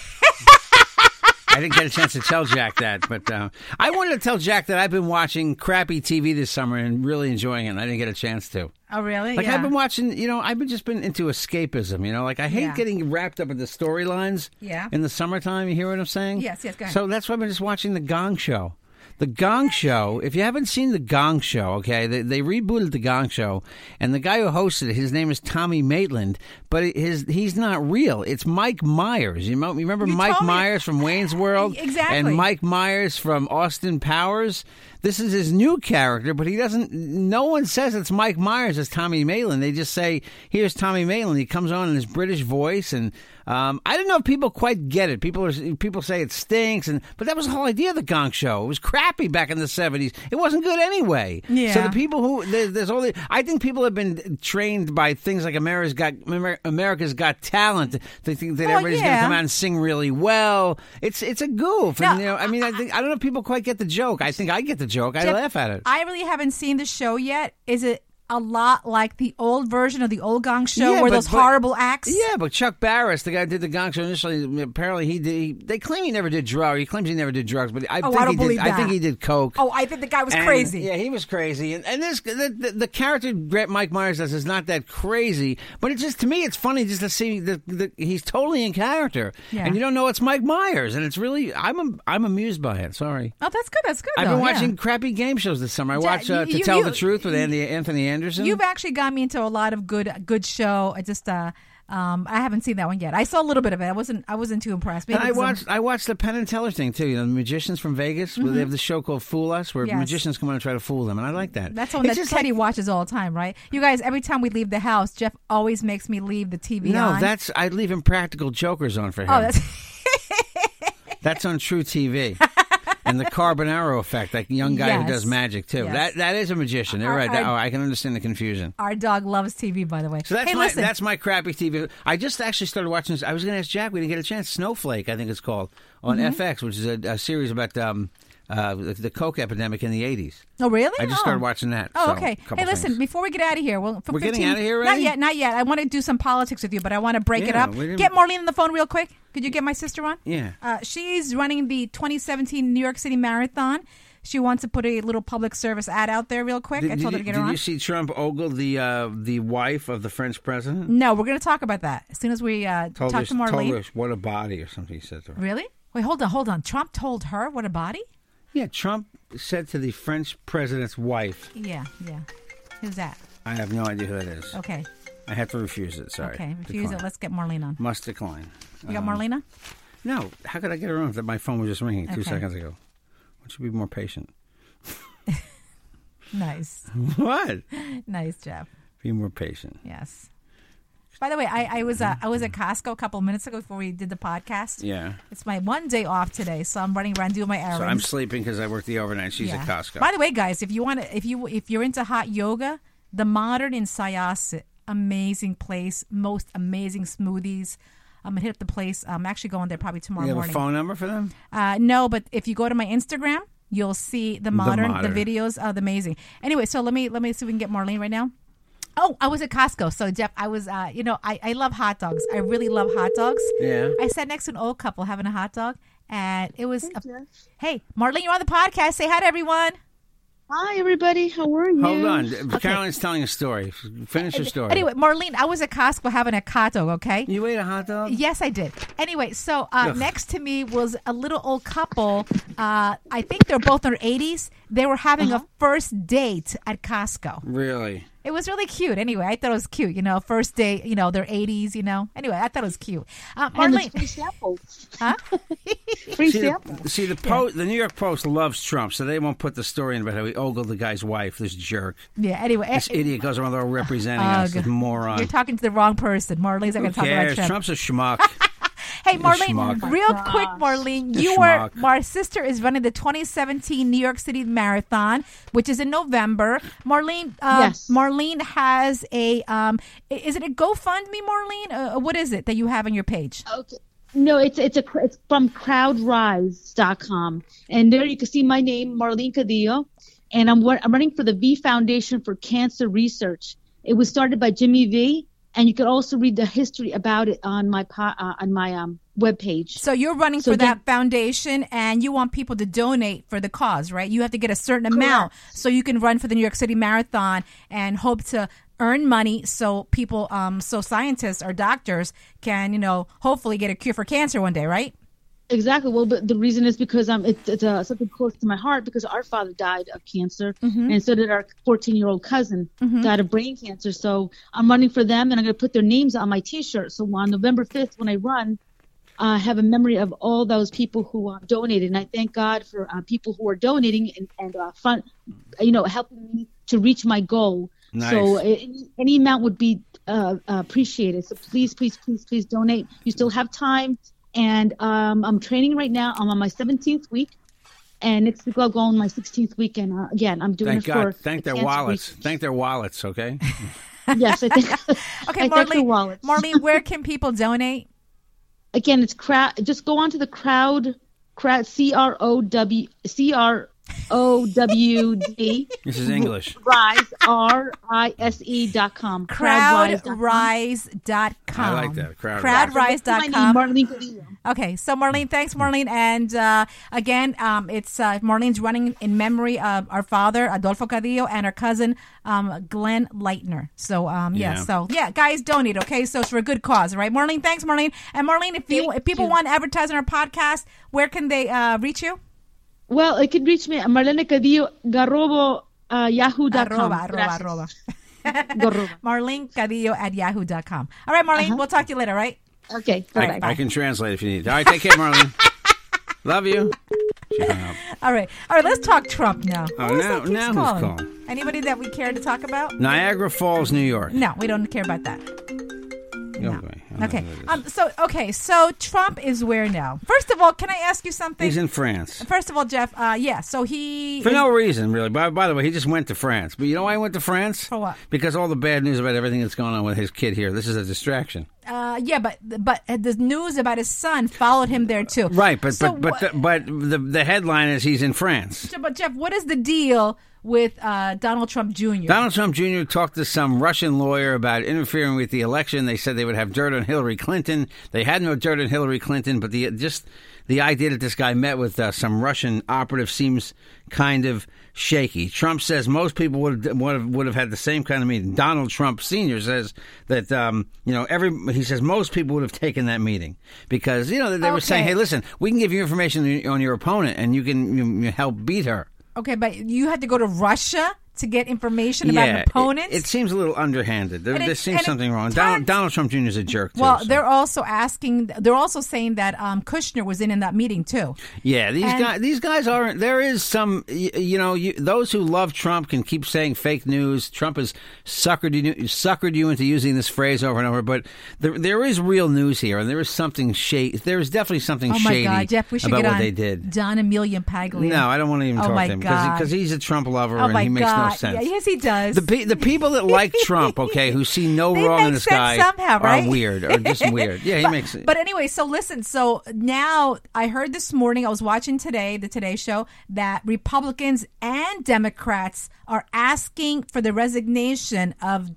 S1: I didn't get a chance to tell Jack that, but uh, I wanted to tell Jack that I've been watching crappy TV this summer and really enjoying it. And I didn't get a chance to.
S2: oh really?
S1: Like
S2: yeah.
S1: I've been watching, you know, I've been just been into escapism. You know, like I hate
S2: Yeah.
S1: getting wrapped up in the storylines.
S2: Yeah.
S1: In the summertime, you hear what I'm saying?
S2: Yes, yes, go ahead.
S1: So that's why I've been just watching the Gong Show. The Gong Show. If you haven't seen the Gong Show, okay, they, they rebooted the Gong Show, and the guy who hosted it, his name is Tommy Maitland, but it- his he's not real. It's Mike Myers. You, mo- you remember
S2: You
S1: Mike
S2: told me-
S1: Myers from Wayne's World,
S2: Exactly.
S1: and Mike Myers from Austin Powers. This is his new character, but he doesn't. No one says it's Mike Myers. It's Tommy Malin. They just say, "Here's Tommy Malin." He comes on in his British voice, and um, I don't know if people quite get it. People are people say it stinks, and but that was the whole idea of the Gong Show. It was crappy back in the seventies. It wasn't good anyway. So
S2: Yeah.
S1: the people who there, there's all the, I think people have been trained by things like America's Got Amer- America's Got Talent. They think that
S2: Well,
S1: everybody's going
S2: yeah.
S1: to come out and sing really well. It's it's a goof. and,
S2: No,
S1: you know, I mean, I think I don't know if people quite get the joke. I think I get the joke. I
S2: Jeff,
S1: laugh at it.
S2: I really haven't seen the show yet. Is it a lot like the old version of the old Gong Show,
S1: Yeah,
S2: where
S1: but-
S2: those
S1: but-
S2: horrible acts?
S1: yeah, but Chuck Barris, the guy who did the Gong Show initially, apparently he did. He, they claim he never did drugs. He claims he never did drugs, but I
S2: Oh,
S1: think
S2: I don't
S1: he
S2: believe
S1: did.
S2: that.
S1: I think he did coke.
S2: Oh, I think the guy was
S1: And-
S2: crazy.
S1: Yeah, he was crazy. And, and this the, the, the character Grant Mike Myers does is not that crazy, but it's just to me it's funny just to see the, the he's totally in character,
S2: Yeah.
S1: and you don't know it's Mike Myers, and it's really I'm am- I'm amused by it. Sorry.
S2: Oh, that's good. That's good.
S1: I've
S2: though,
S1: been
S2: yeah.
S1: watching crappy game shows this summer. I
S2: Ja-
S1: watched uh,
S2: you-
S1: To
S2: you-
S1: Tell the
S2: you-
S1: Truth with Andy, Anthony Anderson.
S2: You've actually got me into a lot of good good show. I just uh um I haven't seen that one yet. I saw a little bit of it. I wasn't I wasn't too impressed. Maybe
S1: And I
S2: because I'm-
S1: watched I watched the Penn and Teller thing too. You know, the magicians from Vegas. Where they have the show called Fool Us, where
S2: Mm-hmm. Yes.
S1: magicians come on and try to fool them, and I like that.
S2: That's the one
S1: It's
S2: that
S1: just like-
S2: Teddy watches all the time, right? You guys, every time we leave the house, Jeff always makes me leave the TV
S1: no,
S2: on.
S1: that's I leave impractical jokers on for him.
S2: oh, that's
S1: That's on True TV. and the Carbonaro effect, that young guy
S2: Yes.
S1: who does magic too.
S2: Yes.
S1: That that is a magician. You're
S2: Our-
S1: right. That-
S2: our-
S1: oh, I can understand the confusion.
S2: our dog loves TV, by the way.
S1: So that's
S2: hey,
S1: my
S2: listen,
S1: that's my crappy TV. I just actually started watching this. I was going to ask Jack. We didn't get a chance. Snowflake, I think it's called on
S2: Mm-hmm.
S1: FX, which is a, a series about um, uh, the, the coke epidemic in the '80s.
S2: oh really?
S1: I just
S2: Oh.
S1: started watching that.
S2: Oh,
S1: so,
S2: okay.
S1: couple
S2: Hey, listen.
S1: things.
S2: Before we get out of here, well, for
S1: We're getting
S2: 15
S1: outta here
S2: Not
S1: already?
S2: yet, not yet. I want to do some politics with you, but I want to break it
S1: Yeah,
S2: up.
S1: we didn't-
S2: Get Marlene on the phone real quick. Could you get my sister on?
S1: Yeah.
S2: Uh, she's running the 2017 New York City Marathon. She wants to put a little public service ad out there real quick.
S1: Did,
S2: I
S1: did
S2: told her
S1: you-
S2: to get
S1: did
S2: her on.
S1: you see Trump ogle the uh, the wife of the French president?
S2: No, we're going to talk about that as soon as we uh,
S1: Told
S2: Mm, talk
S1: her,
S2: to
S1: told
S2: Marlene.
S1: her what a body or something. He said to her.
S2: Really? Wait, hold on, hold on. Trump told her what a body?
S1: Yeah, Trump said to the French president's wife,
S2: Yeah, yeah. Who's that?
S1: I have no idea who that is.
S2: Okay,
S1: I have to refuse it. Sorry.
S2: Oh. okay. Refuse it.
S1: Decline.
S2: Let's get Marlene on.
S1: Must decline.
S2: We got Marlena?
S1: No, how could I get her on if my phone was just ringing two
S2: Okay.
S1: seconds ago? Why don't you be more patient?
S2: Nice,
S1: what?
S2: nice, Jeff.
S1: Mm-hmm. Be more patient.
S2: Yes. By the way, I, I was uh, I was at Costco a couple minutes ago before we did the podcast.
S1: Yeah.
S2: It's my one day off today, so I'm running around doing my errands.
S1: So I'm sleeping because I work the overnight. She's
S2: Yeah.
S1: at Costco.
S2: By the way, guys, if you want to, if you if you're into hot yoga, the Modern in Sayas, amazing place, most amazing smoothies. I'm gonna hit up the place. I'm actually going there probably tomorrow
S1: you have
S2: morning.
S1: a phone number for them?
S2: Uh, no, but if you go to my Instagram, you'll see the modern, the,
S1: Modern.
S2: videos of the amazing. Anyway, so let me let me see if we can get Marlene right now. Oh, I was at Costco. So Jeff, I was, uh, you know, I, I love hot dogs. I really love hot dogs.
S1: Yeah.
S2: I sat next to an old couple having a hot dog, and it was. a- hey, Marlene, you're on the podcast. Say hi to everyone.
S5: Hi, everybody. How are you?
S1: Hold on. Caroline's telling a story. Finish your story.
S2: Anyway, Marlene, I was at Costco having a hot dog. Okay.
S1: You ate a hot dog?
S2: Yes, I did. Anyway, so uh,
S1: Ugh.
S2: next to me was a little old couple. Uh, I think they're both in their 80s. They were having
S1: Uh-huh.
S2: a first date at Costco.
S1: Really?
S2: It was really cute. Anyway, I thought it was cute. You know, first date. You know, their 80s. You know. Anyway, I thought it was cute. Uh,
S5: And the
S2: Marlene,
S5: free samples.
S2: huh?
S5: Free
S1: See,
S5: samples.
S1: the, see the, po- the New York Post loves Trump, so they won't put the story in about how he ogled the guy's wife, this jerk.
S2: yeah. Anyway,
S1: This idiot goes around there representing us,
S2: Ugh.
S1: this moron.
S2: you're talking to the wrong person. Marlene's
S1: Who
S2: not going to talk about
S1: cares?
S2: Trump.
S1: Trump's a schmuck.
S2: Hey, Marlene,
S5: Oh
S1: schmuck.
S2: real quick, Marlene, you are
S1: schmuck.
S2: my sister is running the 2017 New York City Marathon, which is in November. Marlene, um,
S5: Yes.
S2: Marlene has a um, i- is it a GoFundMe, Marlene? Uh, what is it that you have on your page?
S5: Okay. No, it's it's a cr- it's from crowdrise.com. And there you can see my name, Marlene Cadillo, and I'm wa- I'm running for the V Foundation for Cancer Research. It was started by Jimmy V, and you can also read the history about it on my po- uh, on my um webpage.
S2: So you're running
S5: So
S2: for
S5: again-
S2: that foundation, and you want people to donate for the cause, right? You have to get a certain amount so you can run for the New York City Marathon and hope to earn money so people, um, so scientists or doctors can, you know, hopefully get a cure for cancer one day, right?
S5: Exactly. Well, but the reason is because um, it's it's uh, something close to my heart because our father died of cancer, and so did our 14 year old cousin died of brain cancer. So I'm running for them, and I'm going to put their names on my T-shirt. So on November 5th, when I run, I have a memory of all those people who uh, donated, and I thank God for uh, people who are donating and and uh, fun, you know, helping me to reach my goal. So
S1: Nice.
S5: any, any amount would be uh, appreciated. So please, please, please, please donate. You still have time. And um, I'm training right now. I'm on my 17th week. And next week I'll go on my 16th week. And uh, again, I'm doing
S1: Thank
S5: it for
S1: God. Thank
S5: the
S1: their
S5: cancer
S1: wallets.
S5: research.
S1: Thank their wallets, okay?
S5: yes, I think.
S2: Okay,
S5: I thank the
S2: Marlene,
S5: wallets.
S2: Marlene, where can people donate?
S5: again, it's crowd. Just go on to the crowd. Crowd. C R O W C R O W D.
S1: This is English.
S5: Rise. R I S E dot com. Crowdrise.com.
S2: Crowdrise.com.
S1: I like that, Crowdrise.
S5: My name,
S2: Crowdrise.com.
S5: Marlene Cadillo.
S2: Okay, so Marlene, thanks, Marlene. And uh, again, um, it's uh, Marlene's running in memory of our father, Adolfo Cadillo, and our cousin, um, Glenn Leitner. So, um, yeah.
S1: Yeah.
S2: so yeah, guys, donate, okay? So it's for a good cause, right? Marlene, thanks, Marlene. And Marlene, if, you,
S5: Thank
S2: if people
S5: you.
S2: want to advertise on our podcast, where can they uh, reach you?
S5: Well, it can reach me at Marlene Cadillo Garrobo uh, yahoo.com.
S2: Arroba, arroba,
S5: Gracias.
S2: arroba.
S5: Garrobo.
S2: Marlene Cadillo at yahoo.com. All right, Marlene,
S5: Uh-huh.
S2: we'll talk to you later, all right?
S5: Okay.
S1: I,
S5: bye-bye.
S1: I can translate if you need. All right, take care, Marlene. Love you. She hung up.
S2: All right. All right, let's talk Trump now.
S1: Oh,
S2: Who is
S1: now-
S2: that keeps
S1: now who's
S2: calling?
S1: calling?
S2: Anybody that we care to talk about?
S1: Niagara Falls, New York.
S2: No, we don't care about that.
S1: No.
S2: Okay. Um, so, okay, so Trump is where now? First of all, can I ask you something?
S1: He's in France.
S2: First of all, Jeff, uh, yeah, so he.
S1: For no reason, really. By, by the way, he just went to France. But you know why he went to France?
S2: For what?
S1: Because all the bad news about everything that's going on with his kid here. This is a distraction.
S2: uh, yeah, but but the news about his son followed him there too.
S1: Right, but
S2: So
S1: but but,
S2: what-
S1: the, but the the headline is he's in France.
S2: Jeff- but Jeff, what is the deal with uh, Donald Trump Jr.?
S1: Donald Trump Jr. talked to some Russian lawyer about interfering with the election. They said they would have dirt on Hillary Clinton. They had no dirt on Hillary Clinton, but the just the idea that this guy met with uh, some Russian operative seems kind of shaky. Trump says most people would have, would have would have had the same kind of meeting. Donald Trump Sr. says that um, you know every he says most people would have taken that meeting because you know they, they were saying,
S2: Okay.
S1: hey, listen, we can give you information on your opponent and you can you, you help beat her.
S2: Okay, but you had to go to Russia to get information about
S1: yeah,
S2: an
S1: it-
S2: opponent.
S1: It, seems a little underhanded. There,
S2: And it-
S1: there seems
S2: and it
S1: something wrong.
S2: turns-
S1: Donald, Donald Trump Jr. is a jerk. Too,
S2: well,
S1: so-
S2: they're also asking. They're also saying that um, Kushner was in in that meeting too.
S1: Yeah, these
S2: And-
S1: guys. These guys aren't. There is some. You, you know, you, those who love Trump can keep saying fake news. Trump has suckered you, suckered you into using this phrase over and over. But there, there is real news here, and there is something shady. There is definitely something
S2: Oh my
S1: shady
S2: God, Jeff, we should
S1: about
S2: get
S1: what
S2: on
S1: they did.
S2: Don Emilio Paglia.
S1: No, I don't want to even
S2: Oh
S1: talk
S2: my
S1: to him
S2: God.
S1: because he's a Trump lover
S2: Oh
S1: and
S2: my
S1: he makes no
S2: God!
S1: sense.
S2: Yeah, yes, he does.
S1: The, pe- the people that like Trump, okay, who see no
S2: They
S1: wrong in
S2: make
S1: this guy
S2: sense somehow, right?
S1: are weird or just weird. Yeah, he
S2: but,
S1: makes it.
S2: But anyway, so listen. So now I heard this morning, I was watching today, the Today Show, that Republicans and Democrats are asking for the resignation of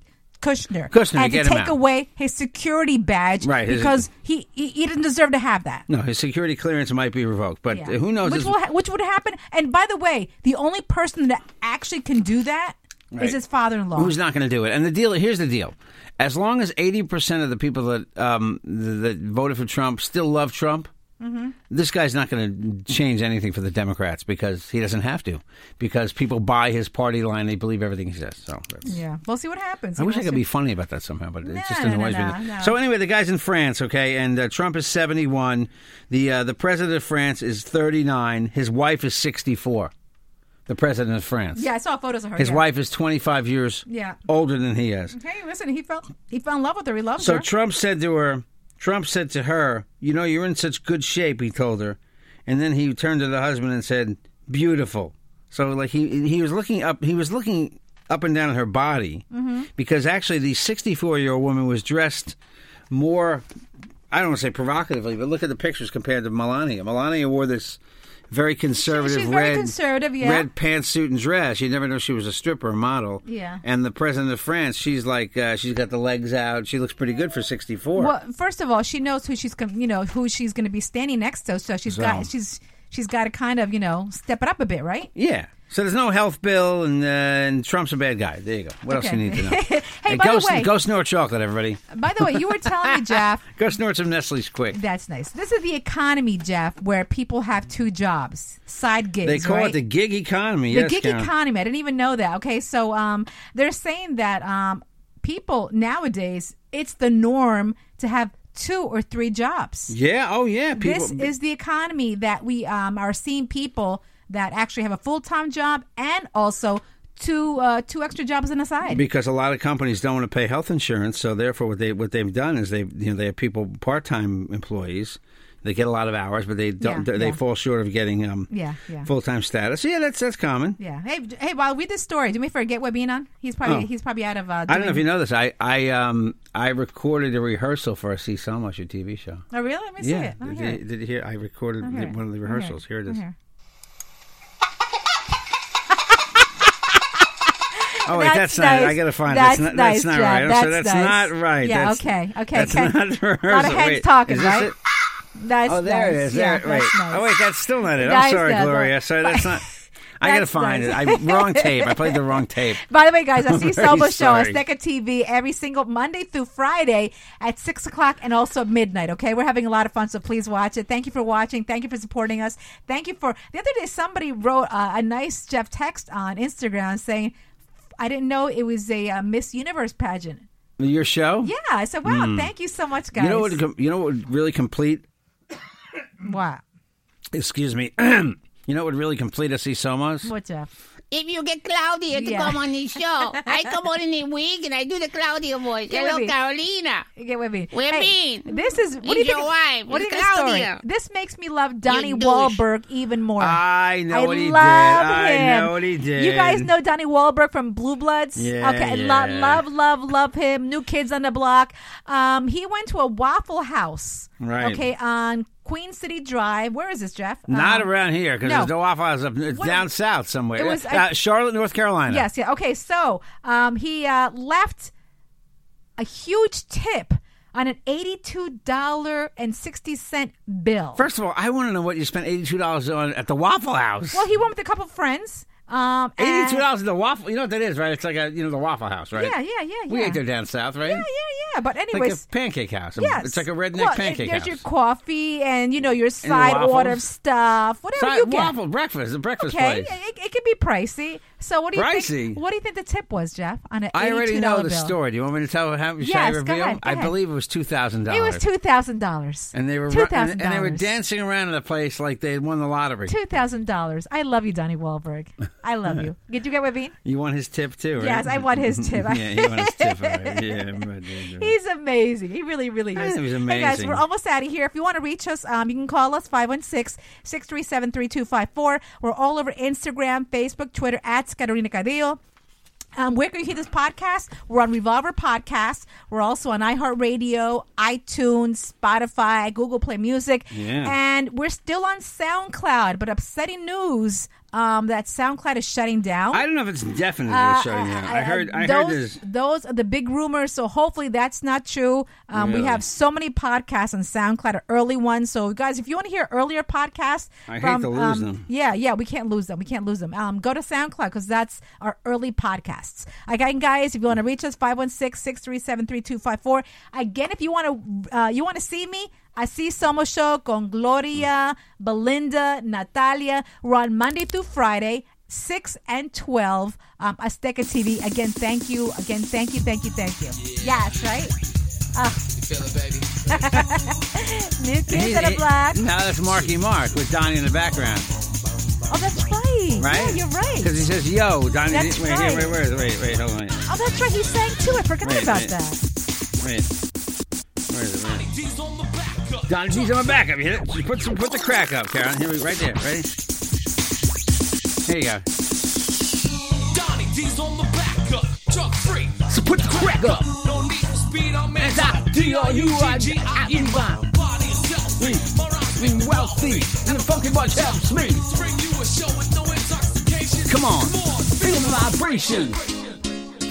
S2: Kushner,
S1: Kushner,
S2: and
S1: get
S2: to
S1: him
S2: take
S1: out.
S2: away his security badge,
S1: Right, his-
S2: Because he, he he didn't deserve to have that.
S1: no, his security clearance might be revoked, but
S2: Yeah.
S1: who knows?
S2: Which,
S1: This-
S2: will ha- which would happen. And by the way, the only person that actually can do that is
S1: Right.
S2: his father-in-law.
S1: Who's not going to do it? And the deal here's the deal: as long as eighty percent of the people that um, th- that voted for Trump still love Trump,
S2: Mm-hmm.
S1: this guy's not going to change anything for the Democrats because he doesn't have to, because people buy his party line; they believe everything he says. So that's,
S2: yeah, we'll see what happens.
S1: I wish I
S2: We'll
S1: could
S2: see-
S1: be funny about that somehow, but it just
S2: No, no,
S1: annoys
S2: no,
S1: me.
S2: no.
S1: So anyway, the guy's in France, okay, and uh, Trump is seventy-one. The uh, the president of France is thirty-nine. His wife is sixty-four. The president of France.
S2: Yeah, I saw photos of her.
S1: His
S2: yeah.
S1: wife is 25 years
S2: Yeah.
S1: older than he is.
S2: Hey, listen, he felt he fell in love with her. He loves
S1: So
S2: her.
S1: Trump said to her, Trump said to her, You know, you're in such good shape, he told her. And then he turned to the husband and said, Beautiful. So, like, he, he was looking up, he was looking up and down at her body
S2: Mm-hmm.
S1: because actually the 64 year old woman was dressed more, I don't want to say provocatively, but look at the pictures compared to Melania. Melania wore this. Very conservative,
S2: she's
S1: red,
S2: very conservative, yeah.
S1: red pantsuit and dress. You never know she was a stripper or model.
S2: Yeah.
S1: And the president of France, she's like, uh, she's got the legs out. She looks pretty good for 64.
S2: well, first of all, she knows who she's com- you know who she's going to be standing next to, so she's got she's she's got to kind of you know step it up a bit, right?
S1: Yeah. So there's no health bill, and, uh, and Trump's a bad guy. There you go. What else
S2: Okay.
S1: do you need to know?
S2: Hey,
S1: And
S2: by
S1: go,
S2: the way-
S1: go snort chocolate, everybody.
S2: By the way, you were telling me, Jeff.
S1: Go snort some Nestle's quick.
S2: That's nice. This is the economy, Jeff, where people have two jobs, side gigs.
S1: They call
S2: right?
S1: it the gig economy.
S2: the
S1: yes,
S2: gig
S1: Karen.
S2: economy. I didn't even know that. Okay, so um, they're saying that um, people nowadays it's the norm to have two or three jobs.
S1: Yeah. Oh, yeah. People,
S2: this is the economy that we um, are seeing people that actually have a full time job and also two uh, two extra jobs on the side.
S1: because a lot of companies don't want to pay health insurance, so therefore what they what they've done is they you know they have people part time employees. They get a lot of hours, but they don't.
S2: Yeah,
S1: they
S2: yeah.
S1: fall short of getting um
S2: Yeah, yeah.
S1: full time status. Yeah, that's that's common.
S2: yeah. Hey, d- hey, while read this story, do me a favor, get Webin on. He's probably
S1: Oh.
S2: he's probably out of. Uh,
S1: I don't know if you know this. I I um I recorded a rehearsal for a See Selma your TV show.
S2: Oh, really? Let me see
S1: yeah,
S2: it. Let me
S1: did,
S2: hear
S1: you-
S2: it.
S1: did you hear? I recorded
S2: Let me hear it.
S1: one of the
S2: Let me hear
S1: rehearsals. Here it
S2: Let
S1: is.
S2: me hear
S1: Oh wait, that's, not. I gotta find.
S2: That's
S1: it. That's not,
S2: nice,
S1: that's not
S2: Jeff.
S1: right. I'm sorry,
S2: That's
S1: that's
S2: nice.
S1: not right.
S2: Yeah,
S1: That's-
S2: okay, okay,
S1: That's
S2: okay.
S1: not
S2: Lot
S1: a
S2: of
S1: rehearsal.
S2: heads
S1: Wait,
S2: talking,
S1: is this
S2: right?
S1: it?
S2: That's
S1: Oh, there
S2: nice.
S1: it is. There,
S2: Yeah,
S1: wait.
S2: that's nice.
S1: Oh, wait, that's still not it.
S2: That's
S1: I'm sorry,
S2: the-
S1: Gloria. Sorry, that's not. I gotta
S2: That's
S1: find
S2: nice.
S1: it. I wrong tape. I played the wrong tape.
S2: By the way, guys, I
S1: I'm
S2: see
S1: very
S2: Selma Show on
S1: sorry.
S2: Sneca TV every single Monday through Friday at 6 o'clock and also at midnight, okay? We're having a lot of fun, so please watch it. Thank you for watching. Thank you for supporting us. Thank you for. The other day, somebody wrote uh, a nice Jeff text on Instagram saying, I didn't know it was a uh, Miss Universe pageant.
S1: Your show.
S2: Yeah, I said, wow, thank you so much, guys.
S1: Hmm. You know what? com- You know what would really complete.
S2: Wow.
S1: Excuse me. you know what would really complete a see Soma's?
S2: What, Jeff?
S6: If you get Claudia to
S2: Yeah.
S6: come on the show, I come on in a wig and I do the Claudia voice.
S2: Get with
S6: Hello,
S2: me.
S6: Carolina.
S2: You Get with me.
S6: What do you
S2: Hey,
S6: mean?
S2: This is. What do you
S6: It's
S2: think?
S6: your
S2: of-
S6: wife.
S2: What do you
S6: It's
S2: think of the story?
S6: Claudia.
S2: This makes me love Donnie
S6: douche.
S2: Wahlberg even more.
S1: I know
S2: I
S1: what he
S2: love
S1: did.
S2: Him.
S1: I know what he did.
S2: You guys know Donnie Wahlberg from Blue Bloods.
S1: Yeah,
S2: okay, lo-
S1: yeah.
S2: love, love, love him. New Kids on the Block. Um, he went to a Waffle House.
S1: Right.
S2: Okay, on Queen City Drive. Where is this, Jeff?
S1: Not
S2: Um,
S1: around here because
S2: no.
S1: there's no Waffle House up it's
S2: What-
S1: down south somewhere.
S2: It was-
S1: uh,
S2: I-
S1: Charlotte, North Carolina.
S2: Yes, yeah. Okay, so um, he uh, left a huge tip on an eighty-two dollar and sixty cent bill.
S1: First of all, I want to know what you spent eighty-two dollars on at the Waffle House.
S2: well, he went with a couple friends. Um, and-
S1: eighty-two dollars at the Waffle. You know what that is, right? It's like a you know the Waffle House, right?
S2: Yeah, yeah, yeah,
S1: We
S2: yeah.
S1: ate there down south, right?
S2: Yeah, yeah, yeah. But
S1: Like
S2: anyways,
S1: a pancake house.
S2: Yes.
S1: It's like a redneck
S2: Well,
S1: pancake
S2: There's
S1: house.
S2: your coffee and you know your side
S1: waffles.
S2: order of stuff, whatever
S1: Side-
S2: you get.
S1: waffle breakfast, a breakfast
S2: okay,
S1: place.
S2: it, it can be pricey, So what do you
S1: Pricey.
S2: think? What do you think the tip was, Jeff? On an
S1: I already
S2: $82
S1: know the
S2: bill?
S1: story. Do you want me to tell? How, should I
S2: Yes, go
S1: reveal?
S2: ahead, go
S1: I
S2: ahead.
S1: believe it was two thousand dollars.
S2: It was two thousand dollars.
S1: And they were
S2: two
S1: ru-
S2: thousand
S1: and, and they were
S2: dollars.
S1: dancing around the place like they had won the lottery.
S2: Two thousand dollars. I love you, Donnie Wahlberg. I love you. Did you get Wavine?
S1: You want his tip too, right?
S2: Yes, I want his tip.
S1: yeah, you want his tip. all right. Yeah, I'm right, yeah, yeah.
S2: He's amazing. He really, really
S1: I
S2: is.
S1: think he's
S2: Hey, guys,
S1: amazing.
S2: we're almost out of here. If you want to reach us, um, you can call us 516 637 3254. We're all over Instagram, Facebook, Twitter, at Scaterina Cadillo. Um, where can you hear this podcast? We're on Revolver Podcast. We're also on iHeartRadio, iTunes, Spotify, Google Play Music.
S1: Yeah.
S2: And we're still on SoundCloud, but upsetting news um, that SoundCloud is shutting down.
S1: I don't know if it's definitely
S2: Uh,
S1: shutting down. I, heard. I
S2: those,
S1: heard this.
S2: Those are the big rumors. So hopefully that's not true. Um, We
S1: Really?
S2: have so many podcasts on SoundCloud, are early ones. So guys, if you want to hear earlier podcasts,
S1: I hate
S2: from,
S1: to lose
S2: um,
S1: them.
S2: Yeah, yeah, we can't lose them. We can't lose them. Um, go to SoundCloud because that's our early podcasts. Again, guys, if you want to reach us, 516-637-3254. Again, if you want to, uh, you want to see me. Así Somos Show con Gloria, Belinda, Natalia. We're on Monday through Friday 6 and 12 um, Azteca TV. Again, thank you. Again, thank you, thank you, thank you. Yes, right? New Kids
S1: He-
S2: on the
S1: he-
S2: Block.
S1: Now that's Marky Mark with Donnie in the background,
S2: Oh, that's right.
S1: right?
S2: Yeah, you're
S1: Because he
S2: right.
S1: says, "Yo, Donnie."
S2: That's
S1: wait,
S2: right.
S1: wait, wait, wait, wait, wait, hold on.
S2: Oh, that's right. He sang too. I forgot
S1: Wait,
S2: about
S1: wait.
S2: that.
S1: Wait. Where is it? Where is it? Donnie G's on the backup. You hit it. Put some, put the crack up, Karen. Here we, right there. Ready? There you go.
S7: Donnie D's on the back up. Truck free.
S1: So put the crack up.
S7: No need for speed on man.
S1: E D-R-U-I-G-I-E-Y.
S7: E. Body is selfie. My rhymes
S1: Being wealthy and the funky bunch helps me.
S7: bring you a show with no intoxication.
S1: Come on.
S7: on.
S1: Feel the vibration.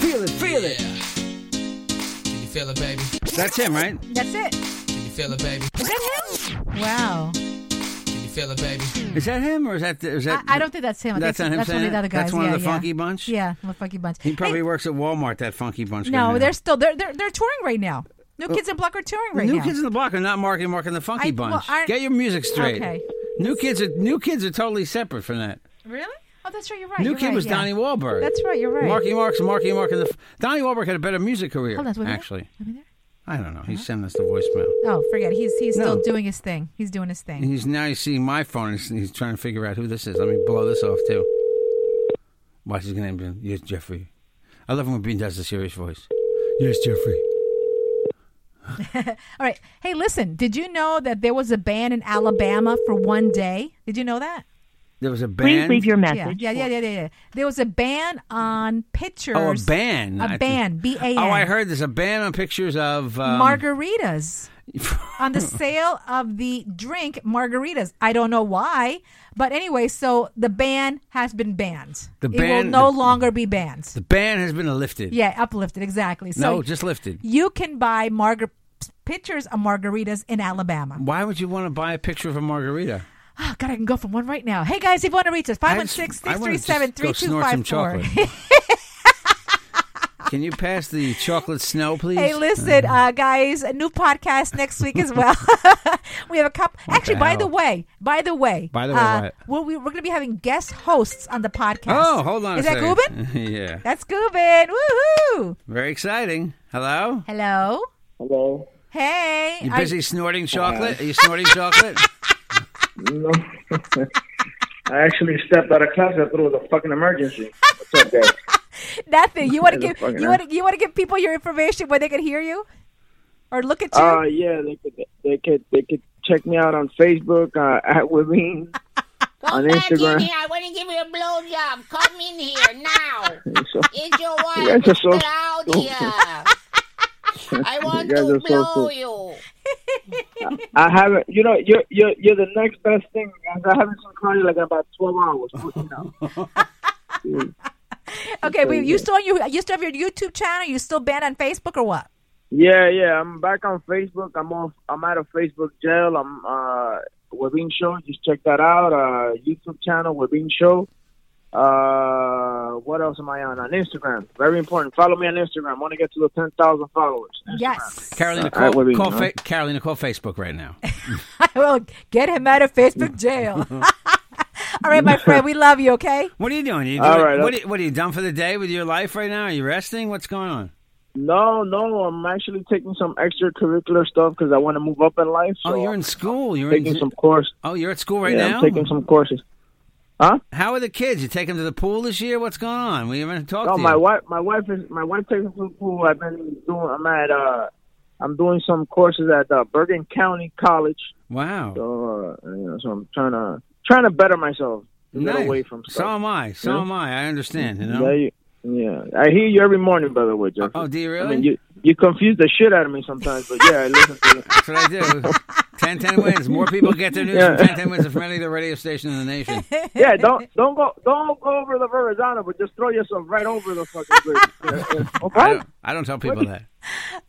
S1: Feel it, feel it.
S7: Can you feel it, baby?
S1: That's him, right?
S2: That's it.
S7: Can you feel it, baby?
S2: Is that him? Wow.
S7: Can you feel it, baby?
S1: Is that him or is that is
S2: I,
S1: that?
S2: I don't think that's him. I
S1: That's
S2: think
S1: not him
S2: that's one
S1: saying
S2: of the
S1: it?
S2: other guys.
S1: That's one of
S2: yeah,
S1: the
S2: yeah.
S1: Funky Bunch?
S2: Yeah, the Funky Bunch.
S1: He probably
S2: Hey,
S1: works at Walmart. That funky bunch. guy
S2: no,
S1: now.
S2: they're still they're, they're they're touring right now. New Kids in Block are touring right
S1: Oh. new
S2: now.
S1: kids in the block are not Marky Mark and the Funky
S2: I- well,
S1: Bunch.
S2: I-
S1: Get your music straight.
S2: Okay.
S1: New kids are new kids are totally separate from that.
S2: really? Oh, that's right. You're right.
S1: New
S2: you're
S1: kid
S2: right,
S1: was
S2: yeah.
S1: Donnie Wahlberg.
S2: That's right. You're right.
S1: Marky Mark's Marky Mark and the Donnie Wahlberg had a better music career.
S2: Hold on, wait a minute.
S1: actually,
S2: Wait a minute.
S1: I don't know. He sent us the voicemail.
S2: Oh, forget. it. He's he's
S1: No. Mm-hmm.
S2: still doing his thing. He's doing his
S1: And
S2: thing.
S1: he's now he's seeing my phone. And he's, he's trying to figure out who this is. Let me blow this off too. Watch his name. be- Yes, Jeffrey. I love when Bean does the serious voice. Yes, Jeffrey.
S2: All right. Hey, listen. Did you know that there was a ban in Alabama for one day? Did you know that?
S1: There was a band. Please leave your
S2: Yeah, yeah, yeah, yeah, yeah, yeah. There was a ban on pictures.
S1: oh a ban.
S2: A
S1: I think-
S2: ban. B A N.
S1: Oh, I heard there's a ban on pictures of um,
S2: margaritas on the sale of the drink margaritas. I don't know why, but anyway, so the ban has been banned.
S1: The
S2: it
S1: ban-
S2: will no
S1: the-
S2: longer be banned.
S1: The ban has been lifted.
S2: yeah, uplifted exactly. So
S1: no, just lifted.
S2: you can buy margar pictures of margaritas in Alabama.
S1: Why would you want to buy a picture of a margarita?
S2: Oh, God, I can go for one right now. Hey guys, if you want to reach us,
S1: I just-
S2: 516
S1: I wanna just
S2: 637
S1: go snort some
S2: 3254.
S1: chocolate. Can you pass the chocolate snow, please?
S2: Hey, listen, uh, guys, a new podcast next week as well. we have a couple. Actually,
S1: the
S2: by
S1: hell?
S2: the way, by the way,
S1: By the way,
S2: uh,
S1: what?
S2: we'll, we, we're going to be having guest hosts on the podcast.
S1: Oh, hold on.
S2: Is
S1: a
S2: that
S1: second.
S2: Gubin?
S1: yeah.
S2: That's Gubin. Woohoo!
S1: Very exciting. Hello.
S2: Hello.
S8: Hello.
S2: Hey. Uh,
S1: You
S2: Are-
S1: busy snorting chocolate? Are you snorting chocolate?
S8: No. I actually stepped out of class after it was a fucking emergency. What's up, guys?
S2: nothing. You want to
S8: That's a fucking
S2: give you want to you want to give people your information where they can hear you or look at you.
S8: Uh, yeah, they could they could they could check me out on Facebook uh, at Webin.
S6: Come
S8: On
S6: back
S8: Instagram.
S6: in here. I want to give you a blowjob. Come in here now.
S8: So,
S6: It's your
S8: You
S6: wife,
S8: guys are so
S6: Claudia. I want
S8: You guys
S6: to
S8: are so
S6: blow
S8: cool.
S6: you.
S8: I haven't, you know, you're you're you're the next best thing. guys. I haven't seen Cardi like in about twelve hours. 14 hours.
S2: okay, but
S8: yeah.
S2: you still on your you still have your YouTube channel? You still banned on Facebook or what?
S8: yeah, yeah, I'm back on Facebook. I'm off. I'm out of Facebook jail. I'm uh, Webin Show. Just check that out. Uh, YouTube channel Webin Show. Uh, what else am I on? On Instagram. Very important. Follow me on Instagram. want to get to the ten thousand followers.
S2: Yes.
S1: Carolina,
S8: Uh,
S1: call,
S8: what do you
S1: call,
S8: know?
S1: fa- Carolina, call Facebook right now.
S2: I will get him out of Facebook jail. All right, my friend, we love you. Okay.
S1: What are you doing? Are you doing
S8: All right,
S1: what,
S8: I'll-
S1: are you, what are you done for the day with your life right now? Are you resting? What's going on?
S8: No, no, I'm actually taking some extracurricular stuff because I want to move up in life. So
S1: oh, you're in school. You're
S8: taking
S1: in
S8: some course.
S1: Oh, you're at school right
S8: yeah,
S1: now.
S8: I'm taking some courses. Huh?
S1: How are the kids? You take them to the pool this year? What's going on? We haven't talked
S8: No,
S1: to
S8: Oh, my
S1: you.
S8: wife, my wife is my wife takes me to the pool. I've been doing. I'm at. Uh, I'm doing some courses at uh, Bergen County College.
S1: Wow.
S8: So, uh, you know, so I'm trying to trying to better myself. To
S1: Nice.
S8: Get away from stuff.
S1: So am I. So
S8: Yeah.
S1: am I. I understand. You know.
S8: Yeah, you- yeah. I hear you every morning, by the way, Jeff.
S1: Oh, do you
S8: I
S1: really?
S8: mean, you you confuse the shit out of me sometimes, but yeah, I listen to you.
S1: That's what I do. 1010 wins. More people get their news
S8: Yeah.
S1: from 1010 wins than from any other radio station in the nation.
S8: Yeah, don't don't go don't go over the horizontal, but just throw yourself right over the fucking bridge. Yeah, yeah.
S1: I
S8: Okay.
S1: don't, I don't tell people that.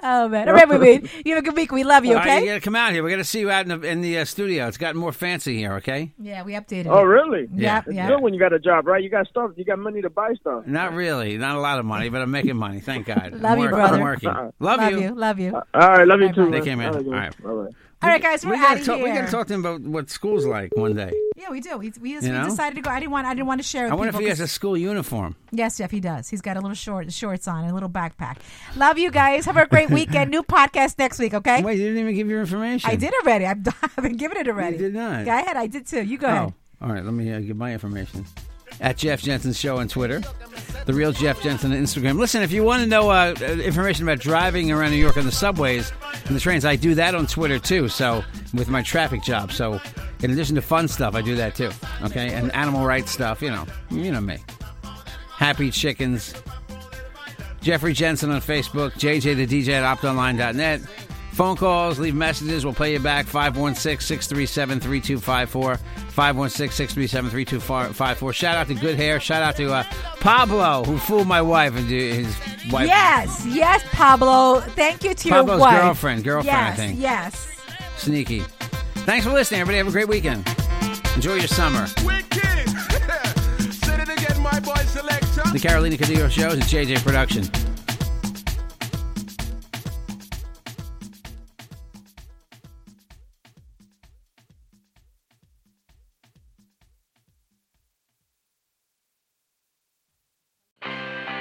S2: Oh man. All right, my man. You have a good week. We love you.
S1: All right, you
S2: Okay.
S1: gotta come out here. We gotta see you out in the, in the uh, studio. It's gotten more fancy here. Okay.
S2: Yeah, we updated.
S8: Oh, really?
S2: Yeah,
S8: It's
S2: yeah.
S8: good when you got a job, right? You got stuff. You got money to buy stuff.
S1: Not really. Not a lot of money, but I'm making money. Thank God.
S2: Love
S1: I'm
S2: you,
S1: working.
S2: brother.
S1: I'm working. Love,
S2: Love you. Love
S1: Uh,
S2: you.
S8: All right, love you too.
S1: They
S8: man.
S1: came in.
S8: All right,
S1: All right.
S8: All right.
S2: All right, guys, we're
S1: We
S2: out
S1: gotta
S2: of
S1: talk.
S2: here.
S1: We gotta talk to him about what school's like one day.
S2: Yeah, we do. We, we, just,
S1: You know?
S2: we decided to go. I didn't want. I didn't want to share. With
S1: I wonder if
S2: people
S1: he has
S2: 'cause-
S1: a school uniform.
S2: Yes, Jeff, he does. He's got a little short shorts on and a little backpack. Love you guys. Have a great weekend. New podcast next week. Okay.
S1: Wait, you didn't even give your information.
S2: I did already. I've, done, I've been giving it already.
S1: did not.
S2: Go ahead. I did too. You go ahead.
S1: Oh, all right. Let me uh, give my information. At Jeff Jensen Show on Twitter, the real Jeff Jensen on Instagram. Listen, if you want to know uh, uh, information about driving around New York on the subways and the trains, I do that on Twitter too. So with my traffic job, so in addition to fun stuff, I do that too. Okay, and animal rights stuff. You know, you know me. Happy chickens. Jeffrey Jensen on Facebook, JJ the DJ at optonline.net. Phone calls, leave messages, we'll play you back 516 637 3254. 516 637 3254. Shout out to Good Hair. Shout out to uh, Pablo, who fooled my wife and his wife.
S2: Yes, yes, Pablo. Thank you to your
S1: Pablo's
S2: wife.
S1: girlfriend, girlfriend, I
S2: yes,
S1: think.
S2: Yes.
S1: Sneaky. Thanks for listening, everybody. Have a great weekend. Enjoy your summer.
S3: Wicked. Say it again, my boy selector.
S1: The Carolina Cadillo Show is a JJ production.